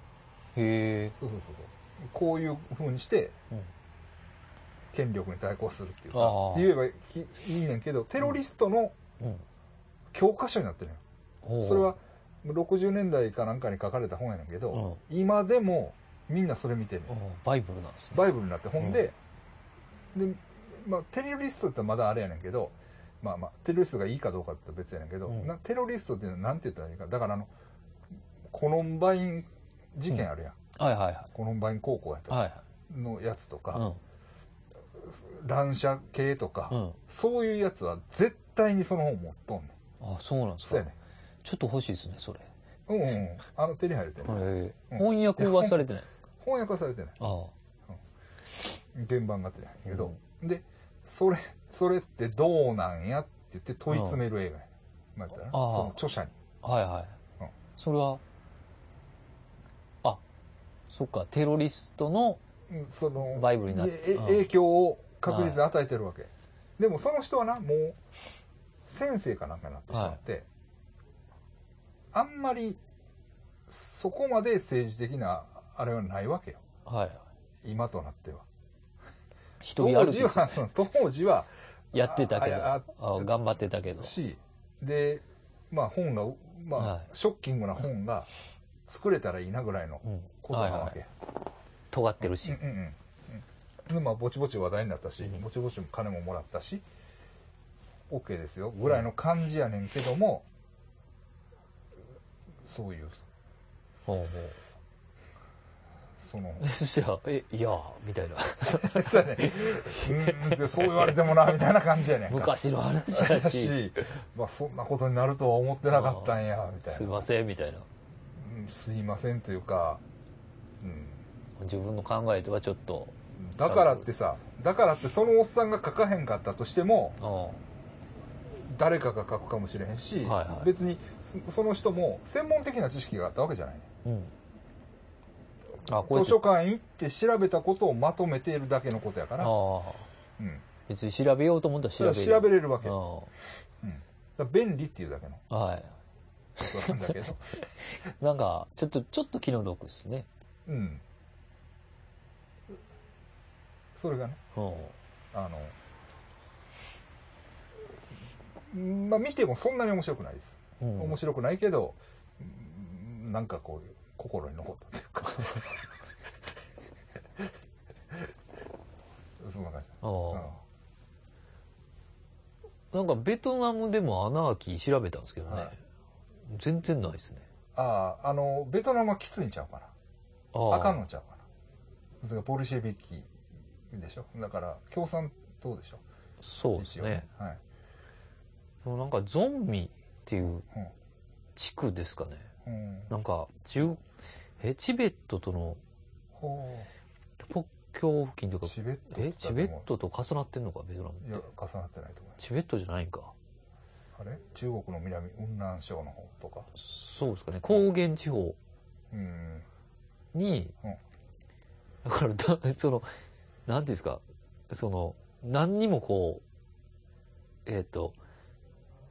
へえ。そうそうそうそうこういう風にしてうん。権力に対抗するっていうあかー言えばきいいねんけどテロリストのうん。教科書になってるよ、ほうそれは、60年代かなんかに書かれた本やねんけうんど、。今でもみんなそれ見てる、あーバイブルなんですね。バイブルになって本で,、でまあ、テロリストってまだあれやねんけどまあまあテロリストがいいかどうかって別やねんけど、うんなテロリストっていうのはなんて言ったらいいかだからあのコロンバイン事件あるやん、はいはいはい。コロンバイン高校やったはい。のやつとか、うん。乱射系とか、うん。そういうやつは絶対にその本持っとんねん。あ、そうなんですそうや。かね。ちょっと欲しいですね、それ。うんうんうん。あの手に入れてる、へうえん翻訳はされてないんですか翻訳はされてない。ああ。原版が手に入るけど。で、それ、それってどうなんやって言って問い詰める映画やねん。まあ、言ったらなああその著者に。はいはいうん。それは、あ、そっか、テロリストの、うんその、バイブルになってええうん影響を確実に与えてるわけ。でもその人はな、もう、先生かなんかになってしまって、あんまり、そこまで政治的な、あれはないわけよ。はい。今となっては。一人当歩き時は、当時はやってたけど、あああ頑張ってたけど。し、で、まあ本が、まあ、はいショッキングな本が作れたらいいなぐらいのうん。ことなわけ。尖ってるし。うんうんうん。で、まあぼちぼち話題になったし、うんぼちぼち金ももらったし、OK ですよぐらいの感じやねんけども、そういう、ほうほう。 その そしたら、え、いやー、みたいな。そうやねうんうんでそう言われてもなみたいな感じやねんか昔の話だだし、し、まあ、そんなことになるとは思ってなかったんやみたいすいなません、みたいな。うんすいませんというか、うん、自分の考えとはちょっと、だからってさだからってそのおっさんが書かへんかったとしてもうん。誰かが書くかもしれへんし、はいはい別にそその人も専門的な知識があったわけじゃない、うん。あ、こうや図っ書て館行って調べたことをまとめているだけのことやから、ああ。うん、別に調べようと思ったらそ調れべは調べれるわけ、ううん、んだから便利っていうだけのはことなんだけ ど、い。なんか、ちょっと、ちょっと気の毒ですね。うん、それがねうん。あのまあ見てもそんなに面白くないですうん面白くないけど、うんなんかこう心に残ったというか そんな感じああなんかベトナムでもアナーキー調べたんですけどね。はい全然ないですね。あああのベトナムはきついんちゃうかあなーあかんのちゃうかなだからポルシェビキでしょだから共産党でしょそうですね。一応はいでもなんかゾンビっていううん地区ですかね。うんなんか、中え、チベットとのほ国境付近といううか、チベットえ、チベッとトと重なってんのか、ベトナムいやって。重なってないと思いますチベットじゃないんか。あれ中国の南雲南省の方とかそうですかね。高原地方うんに、うんだからだ、 その、なんていうんですか、その、何にもこう、えっ、と、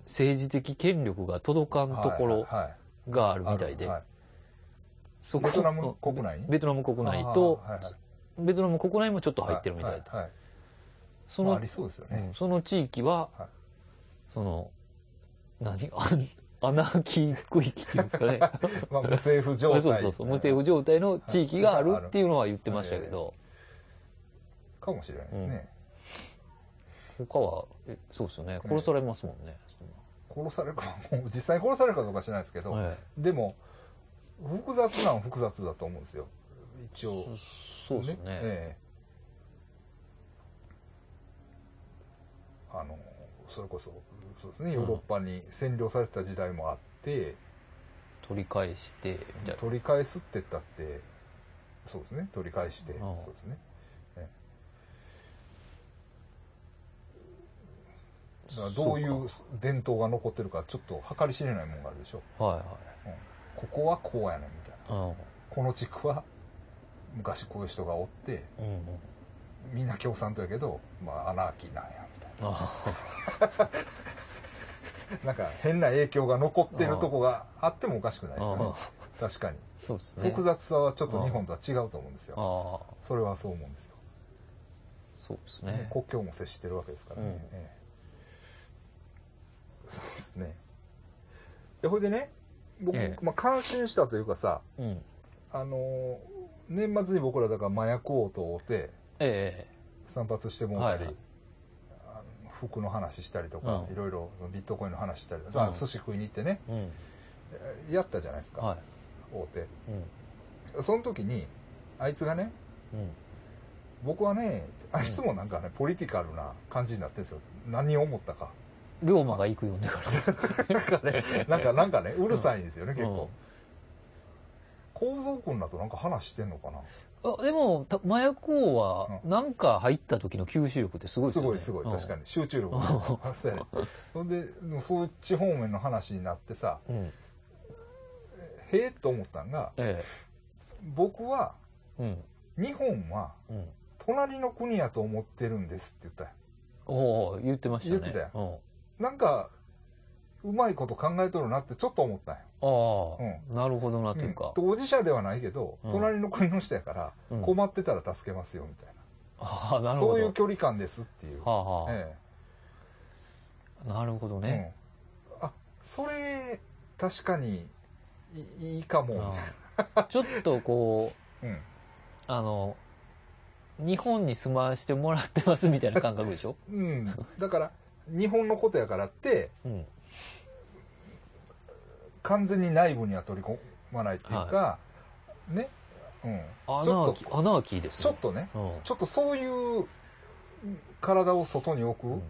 政治的権力が届かんところはいはいはいがあるみたいで、あるはそベトナム国内ベトナム国内と、ベトナム国内もちょっと入ってるみたいで、で。はいはいそまあのあり、そうですようね。 んその地域は、はいその、何 アンアナーキー区域っていうんですかね。まあ、無政 府状そう態。そうそう、無政府状態の地域があるっていうのは言ってましたけど、かもしれないですね。他は、えそうですよね。殺されますもんね。殺されるか、もう実際に殺されるかどうか知らないですけそど、んなえでも、複雑なのは複雑だと思うんですよ。一え応。そそうですね。ええあの、それこそ、そうですね、ヨーロッパに占領されてた時代もあって、取り返して、みたいな。取り返すって言ったって、そうですね、取り返して、んそうですね。ええだからどういう伝統が残ってるか、ちょっと計り知れないもんがあるでしょ。はいここはこうやねんみたいな。はい。この地区は、昔こういう人がおって、うん。うんうん。みんな共産党やけど、まあ、アナーキーなんや、みたいあな。なんか、変な影響が残ってるとこがあってもおかしくないですよねあ。確かに。そうですね。複雑さはちょっと日本とは違うと思うんですよ。ああ、それはそう思うんですよ。そうですね。国境も接してるわけですからね、うんええそうですねでほいでね僕、ええまあ、感心したというかさうん。あのー年末に僕らだから麻薬王と会うてえ散髪してもらったり、はいはいあの服の話したりとか、うんいろいろビットコインの話したりさ、うん寿司食いに行ってねえうん。やったじゃないですか、は会うてい。うん。その時にあいつがねうん。僕はねあいつもなんかね、ポリティカルな感じになってるんですよ何を思ったか龍馬が行くよねか なら。んかね、なんか、なんかね、うるさいんですよね、ん結構。構造君らとなんか話してんのかなあでも、た麻薬王は、うなんか入った時の吸収力ってすごいですすよごね。いすごい、確かに。に。集中力が。そうやねほんで、もうそっち方面の話になってさ、うん。へえと思ったんが、え僕は、え。うん。日本は、うん。隣の国やと思ってるんですって言ったんやおお言ってましたね。言ってたよ。なんか、うまいこと考えとるなってちょっと思ったんや。うん。ああ、なるほどなといううんか。当事者ではないけど、うん隣の国の人やからうん、困ってたら助けますよ、みたいああ、なな。るそほど。ういう距離感ですっていう。はあはあ、ええなるほどね。うん、あそれ確かにいいいかもああちょっとこう、うんあの、日本に住ましてもらってますみたいな感覚でし ょうん、だから日本のことやからってうん。完全に内部には取り込まないっていうか、ねうん。アナちょーっキー、アナーキーですちょっね。とね、うんちょっとそういう体を外に置うくん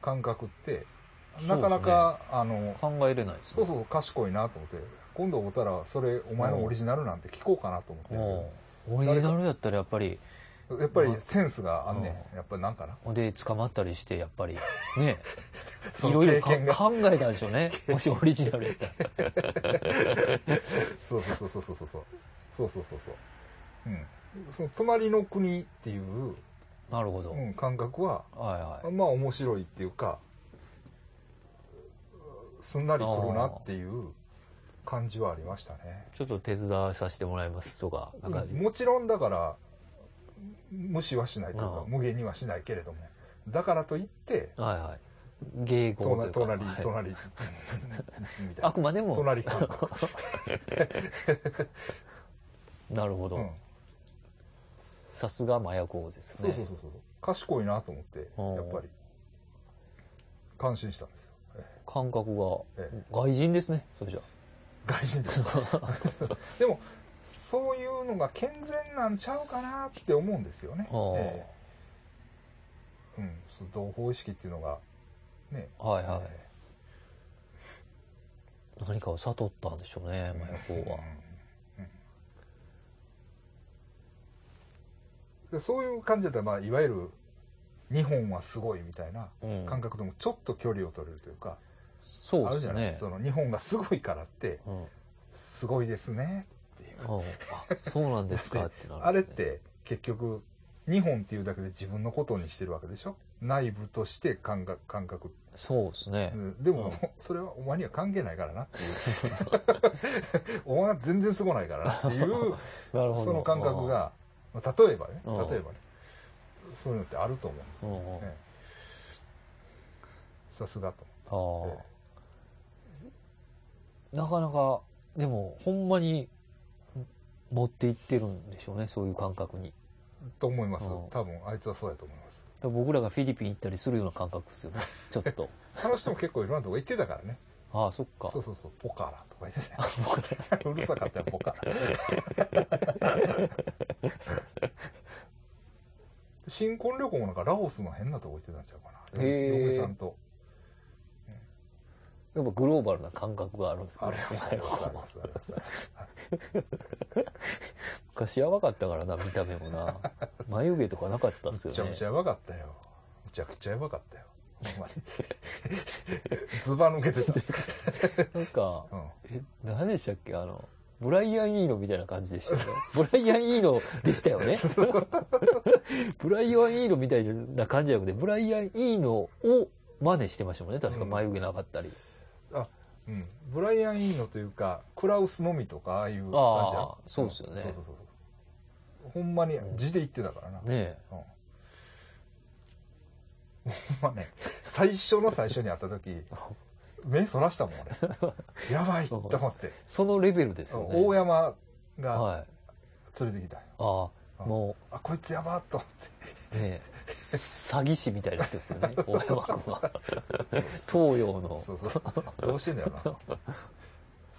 感覚って、うんなかなか、あの、考えれないですそうそうそう賢いなと思って、今度おったら、それお前のオリジナルなんて聞こうかなと思ってるうんオリジナルやったらやっぱり、やっぱりセンスがあんねうんん。やっぱりなんかな。ほんで捕まったりして、やっ ぱり、ね、そいのろい経ろか験が。考えたんでしょう ね。もしオリジナルやったら。そうそうそうそうそうそう。そうそうそうそう。うん。その隣の国っていう、なるほど。うはいん、感覚は、はい。まあ面白いっていうか、すんなり来るなっていう感じはありましたね。ちょっと手伝わさせてもらいますとか、なんか、もちろんだから、無視はしないというあかあ、無限にはしないけれども。だからといって、はいはい。芸語とい隣、うか。隣、はい隣、みたいあな。くまでも、隣感覚。なるほうどん。さすが麻薬王ですそうね。そうそうそう。賢いなと思って、やうんっぱり、感心したんですよ。ええ感覚がええ、外人ですね、それじ ゃ外人です。 でも、そういうのが健全なんちゃうかなって思うんですよね。ああええうん、その同胞意識っていうのが、ね。あ。はいはええい。何かを悟ったんでしょうね、麻薬王は。でそういう感じだったら、まあ、いわゆる日本はすごいみたいなうん感覚ともちょっと距離を取れるというか、そあうるじでゃすない、ね。その日本がすごいからってうんすごいですねっていう、うんあそうなんですかってなる。あれっ。て結局日本っていうだけで自分のことにしてるわけでしょ内部として感覚感覚、そうですねう。んでも、うんそれはお前には関係ないからなっていう お前は全然すごないからなっていうなるほど。その感覚が、まあ例えばね、うん例えばね、そういうのってあると思うんですうん。うんうん。ね。さすがとああ思って。なかなか、でも、ほんまに、持っていってるんでしょうね、そういう感覚に。と思いますうん。多分、あいつはそうやと思います。だから僕らがフィリピン行ったりするような感覚で すよね、ちょっと。あの人も結構いろんなとこ行ってたからね。ああ、そっかそ。うそうそう、ポカラとか言ってたよ うるさかったよ、ポカラ。 新婚旅行もなんかラオスの変なとこ行ってたんちゃうかな。へー嫁さんと。やっぱグローバルな感覚があるんですあねれ。麻は、あ薬り王ます、あります。 昔やばかったからな、見た目もな。眉毛とかなかったっすむよちゃむねち。ゃやばかったよ。むちゃくちゃやばかったよ。ほんまに。ズバ抜け てた。なんか、うん。え、何でしたっけあの、ブライアン・イーノみたいな感じでした よね。ブライアン・イーノでしたよね。ブライアン・イーノみたいな感じじゃなくて、ブライアン・イーノを真似してましたもんね。確かうん眉毛なかったり。あ、うん。ブライアン・イーノというか、クラウスのみとか、ああいう感じやああそうですよねんそうそうそうそう。ほんまに字で言ってたからな。ねえ。うんほんまね、最初の最初に会った時、目そらしたもん、俺。やばいと思って。そのレベルですよね。大山がはい。連れてきたよ。あうあ、んもあ、こいつやばっと思って。う、ねえ、詐欺師みたいな人ですよ ね。大山君は。東洋のそうそう。どうしてんだよな。そうそ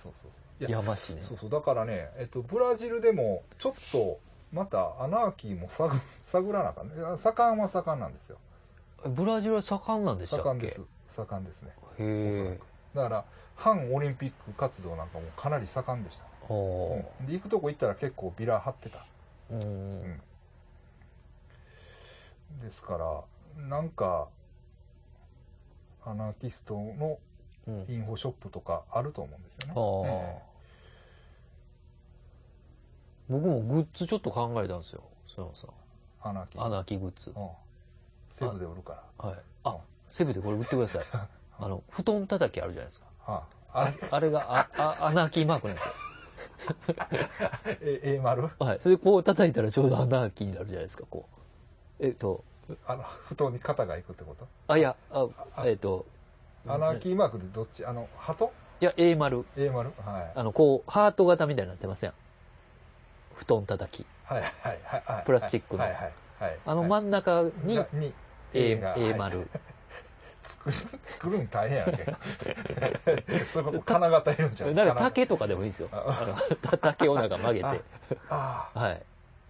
うそう。いや、山師ね。そうそう。だからね、えっと、ブラジルでも、ちょっと、また、アナーキーも探探らなあかんね。いや盛んは盛んなんですよ。ブラジルは盛んなんでしたっけ盛んです。盛んですね。へおそらえく。だから、反オリンピック活動なんかもかなり盛んでした。はうんで、行くとこ行ったら結構ビラ張ってた。あ。うんうん。ですから、なんか、アナーキストのうんインフォショップとかあると思うんですよね。ああえ。僕もグッズちょっと考えたんですよ。そのさん。えアナーキー。アナーキーグッズ。うん。セブで売るから。はい。あ、セブでこれ売ってください。 あの、布団叩きあるじゃないですか。はあ、あれ、 あれが、あ、あアナーキーマークなんですよ。え、え丸はい。それでこう叩いたらちょうどアナーキーになるじゃないですか、こう。えっと、あの、布団に肩がいくってことあ、いや、あ、えっと、アナーキーマークでどっちあの、鳩いや、A 丸。 ?A 丸はい。あの、こう、ハート型みたいになってません。布団叩き。はいはいはいはい。プラスチックのはいはいはい。あの真ん中にがに、 A, A が A はい丸。作る、作るん大変やね。 それこそ金型いるんちゃうだから竹とかでもいいんで すよ。あの竹をなんか曲げて。はい。ああ、だあ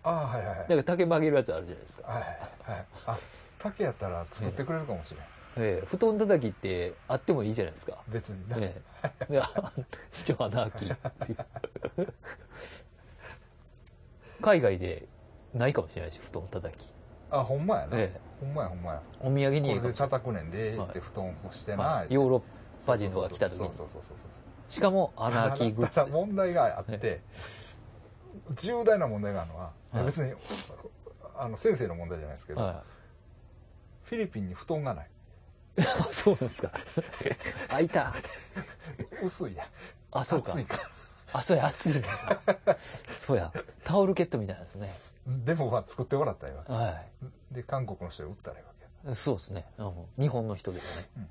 あ、はいはいはい。から竹曲げるやつあるじゃないですか。はいはい。あ、竹やったら作ってくれるかもしれん。ええ、布団叩きってあってもいいじゃないですか。別にな。ええ。で、あ一応穴開きっていう海外でないかもしれないし、布団叩き。あ、ほんまやな。ええほんまやほんまや。お土こ産にいれいかもでしれない叩くねんで、って布団干しては。ないヨーロッパ人とか来た時そうに。そうそうそうそうそう。しかも穴開きグッズたでだ す。問題があって、重大な問題があるのは、はい別に、あの、先生の問題じゃないですけど、はフィリピンに布団がない。い。 そうなんですか。開いた。薄いや。あ、そうか暑。いから。あ、そうや、暑いね。そうや。タオルケットみたいなんですね。でもまあ作ってもらったよ。はで、韓国の人に売ったらいいわけや。い。そうですね。うん日本の人ですね。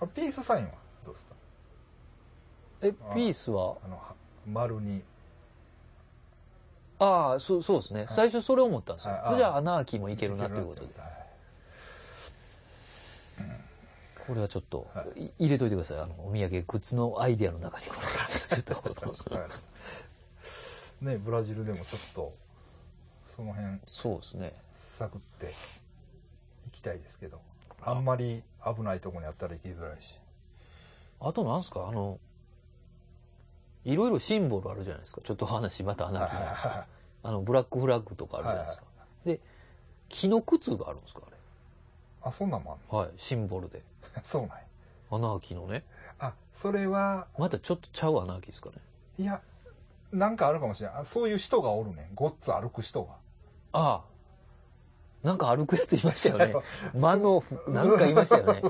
あピースサインはどうですかえ、ピースはあの、は丸に。ああ、そう、そうですね。最初それ思ったんですよはいあ。あじゃあ、アナーキーもいけるなということで。これはちょっと、い入れといてください。あの、お土産、グッズのアイデアの中に、これ、ちょっと。はいね、ブラジルでもちょっと、その辺、 そうですね。探っていきたいですけど、あんまり危ないとこにあったら行きづらいし。あとなんすかあの、いろいろシンボルあるじゃないですか。ちょっと話、またアナーキーなんですけどはあの、ブラックフラッグとかあるじゃないですか。で、木の靴があるんですかあれ。あ、そんなんもあんはい、シンボルで。のそうなんやアナーキーのね。あ、それは、またちょっとちゃうアナーキーですかね。いや、なんかあるかもしれない。あそういう人がおるねん。ごっつ歩く人が。ああ。なんか歩くやついました よね。魔の、なんかいましたよね。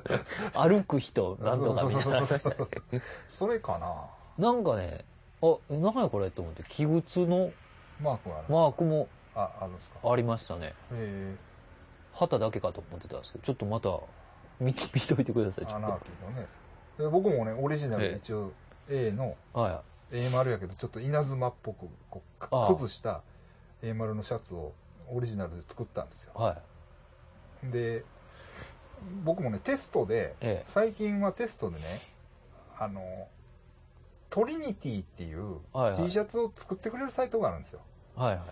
歩く人、なんとかみたいなのありましたね。 それかななんかね、あ、何やこれと思って、器物のマークがある。マークもあ、あるんですか。ありましたね。え旗だけかと思ってたんですけど、ちょっとまた見、見といてください。ー、ちょアっナーキーのね。で僕もね、オリジナルええで一応 A の、と。はい。 A 丸やけど、ちょっと稲妻っぽく、こうああく、崩した A 丸のシャツをオリジナルで作ったんですよ。はい。で、僕もね、テストで、ええ。最近はテストでね、あの、トリニティっていうはいはい T シャツを作ってくれるサイトがあるんですよ。はいは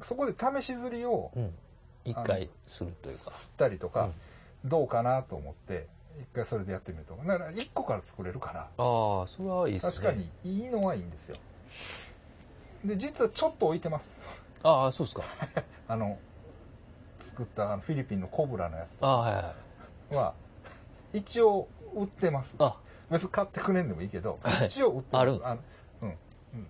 そこで試し刷りをい。うん。一回するというか。吸ったりとか、どうかなと思って、一回それでやってみると。だから1個から作れるから、ああ、それはいいですね。確かにいいのはいいんですよ。で、実はちょっと置いてます。ああ、そうですか。あの、作ったあのフィリピンのコブラのやつああ、はいはい。は、 一応売ってます。あ、別に買ってくれんでもいいけどは、い一応売ってます。あるんですのうん。うん。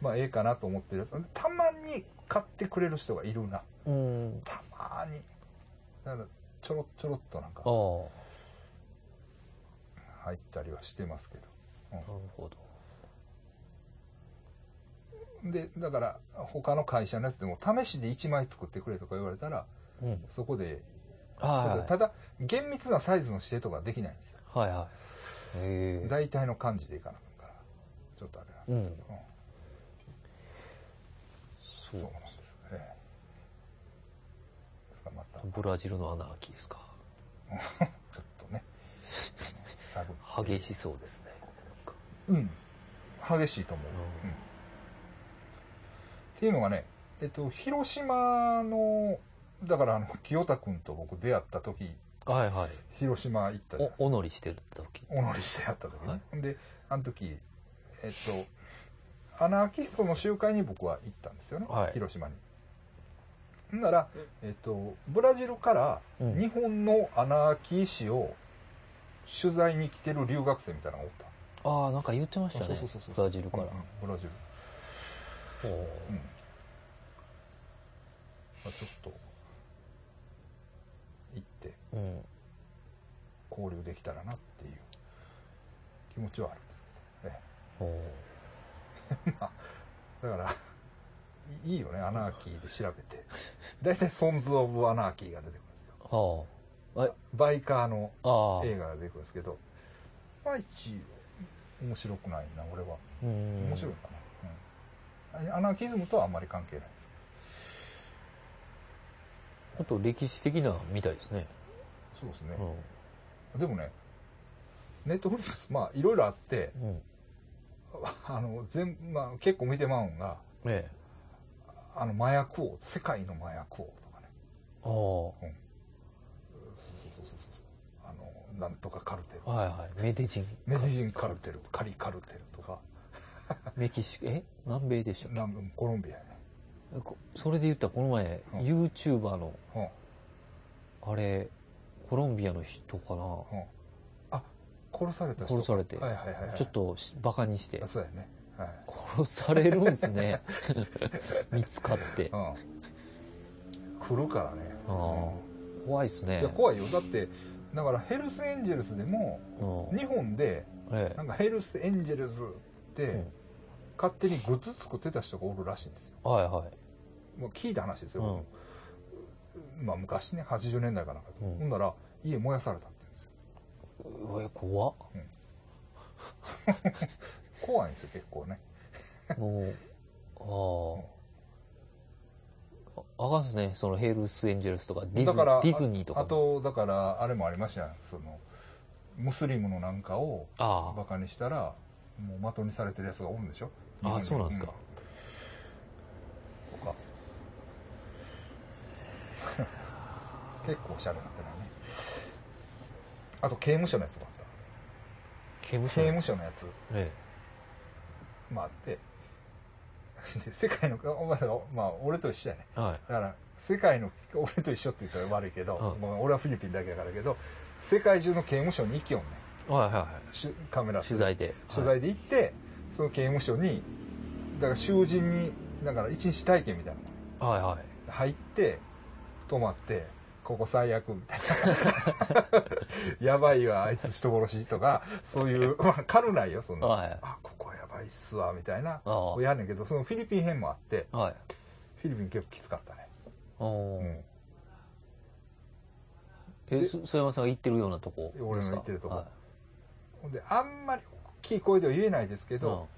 まあ、ええかなと思ってるやつ。たまに買ってくれる人がいるな。うん。たまに。だから、ちょろちょろっとなんかああ、なる、ほ入ったりはしてますけど。ど。で、だから、他の会社のやつでも、試しで1枚作ってくれとか言われたら、うん。そこで作はる、ただ、厳密なサイズの指定とかできないんですよ。いはい。はいはい。ええ。大体の感じでいかなあかんから、ちょっとあれなんですけうどうんそん。うなんですね。ですからまた、ブラジルのアナーキーですか。ちょっとね、探って激しそうですね。うん。激しいと思う。ううんっていうのがね、えっと、広島の、だからあの、清田くんと僕出会った時、はいはい。広島行ったじゃないですかお、お乗りしてる時。お乗りしてやった時ね。はで、あの時、えっと、アナーキストの集会に僕は行ったんですよね。はい広島に。ほんなら、えっと、ブラジルからうん日本のアナーキー氏を取材に来てる留学生みたいなのがおった。ああ、なんか言ってましたそねうそうそうそう。ブラジルからうん。うんブラジル。おううん。まあちょっと、行ってうん。交流できたらなっていう気持ちはあるんですけどね。おだうから、いいいよね、アナーキーで調べ て。大体、ソンズ・オブ・アナーキーが出てくるんですよ。はあ。え、バイカーのああ。映画が出てくるんですけど、いまいち面白くないな、俺は。うん。面白いかな。うんアナーキズムとはあんまり関係ないです。あと歴史的なみたいですね。そうですねう。ん。でもね、ネットフリックス、まあ、いろいろあって、うん。あの、全、まあ、結構見てまうんが、ええ。あの、麻薬王、世界の麻薬王とかね、ああ。はそうそうそうそう、あの、なんとかカルテル、いはい。メデ ジン。メディジンカルテル、カリカルテルとか、メキシコ、え南米でしたっ南部コロンビアやね。けこそれで言ったらこの前、うん YouTuber の、うんあれ、コロンビアの人かなうんあ、殺された人。殺されてはいはいはい、はい。ちょっとしバカにしてあ。そうやね。はい。殺されるんです ね。見つかって。うん。来るからね。あー怖いですうんね。いや、怖いよ。だって、だからヘルスエンジェルスでも、うん日本で、えなんかヘルスエンジェルズって、え。うん勝手にグッズ作ってた人がおるらしいんですよ。はいはい。もう聞いた話ですうよ。まあ昔ね、80年代かなんか。うんほんだら、家燃やされたって言うんですよ。ん。うわ怖っ。怖いんですよ、結構ね。もう、ああ。ああかんっすね。そのヘルスエンジェルスとかディズだニからー、ディズニーとかあも。と、だから、あれもありましたよその、ムスリムのなんかを、あバカにしたら、もう的にされてるやつがおるんでしょあ。あそうなんですか。。うんとか。 結構おしゃれなってないね。あと、刑務所のやつもあっ刑務た。所刑なん務です。所のやつえもあって、で世界の、お前らまあ、俺と一緒やね。え。はい。だから、世界の、俺と一緒って言ったら悪いけど、うんごめん俺はフィリピンだけだからやけど、世界中の刑務所に行きよんね。はいはいはい。しゅカメラ取材で。取材で行って、その刑務所に、だから囚人に、だから一日体験みたいなのはいはいはい。入って、泊まって、ここ最悪みたいな。 やばいわ、あいつ人殺しとか、そういう、まあ、軽ないよ、そんな。はいあ、ここやばいっすわ、みたいな。ああやんねんけど、そのフィリピン編もあって、はい。フィリピン結構きつかったね。おーうんえ、す曽山さんが行ってるようなとこ俺のですか行ってるとこはいほんで、あんまり大きい声では言えないですけうんど、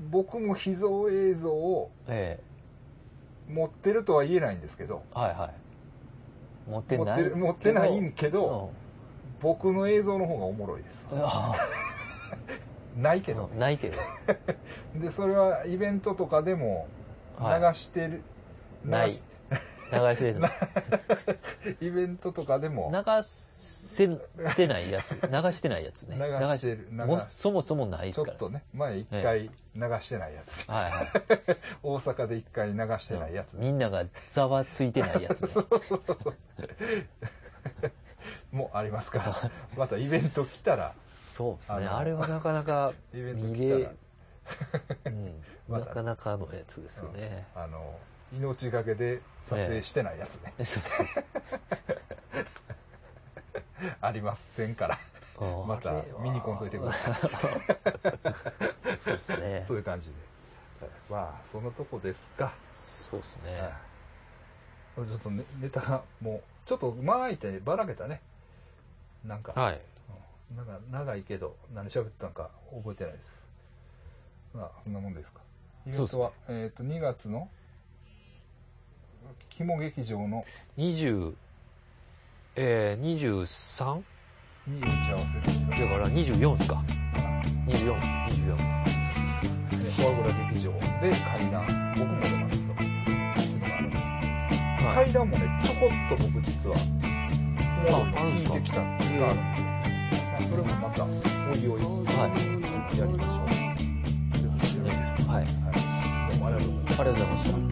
僕も秘蔵映像をえ持ってるとは言えないんですけど、え。はいはい。持って持っないてる持ってないんけど、うん僕の映像の方がおもろいです。あないけどあ、ね。ないけど。で、それはイベントとかでも流はいしてる。ない流し。流して るの。イベントとかでも流せてないやつ。流してないやつね。流してる。流しも流しそもそもないでちょすからっ。とね、前一回流してないやつ。はいはい。大阪で一回流してないやつね。 みんながざわついてないやつ、ね。そうそうそうそう。もうありますから。またイベント来たら、そうですね。あのあれはなかなかイベント見来た れら、、うん、まなだかなかのやつですよね。あの、命がけで撮影してないやつね。そうそ うそうありませんから。あまたあれは見に来んといてくださ そうですねそ。ういう感じで。まあ、そのとこですか。そうですね。はいちょっとねネタがもう、ちょっと間空いてばらけたね。なんか、はい。うんなんか長いけど、何喋ったんか覚えてないです。まあ、そんなもんですか。イベントは、えっ、と、2月の、肝劇場の20、えー、23? に打ち合わせだから24っすか。かな。 24、え24。ーフォアグラ劇場で階段、僕も出ます。そういうのがあるんですはい。階段もね、ちょこっと僕実は、もうあある聞んいですかてきたのがあるんですよ。まあ、それもまた、おいおい、はい。やりましょう。はい。はい、どうもありがとうございました。ありがとうございました。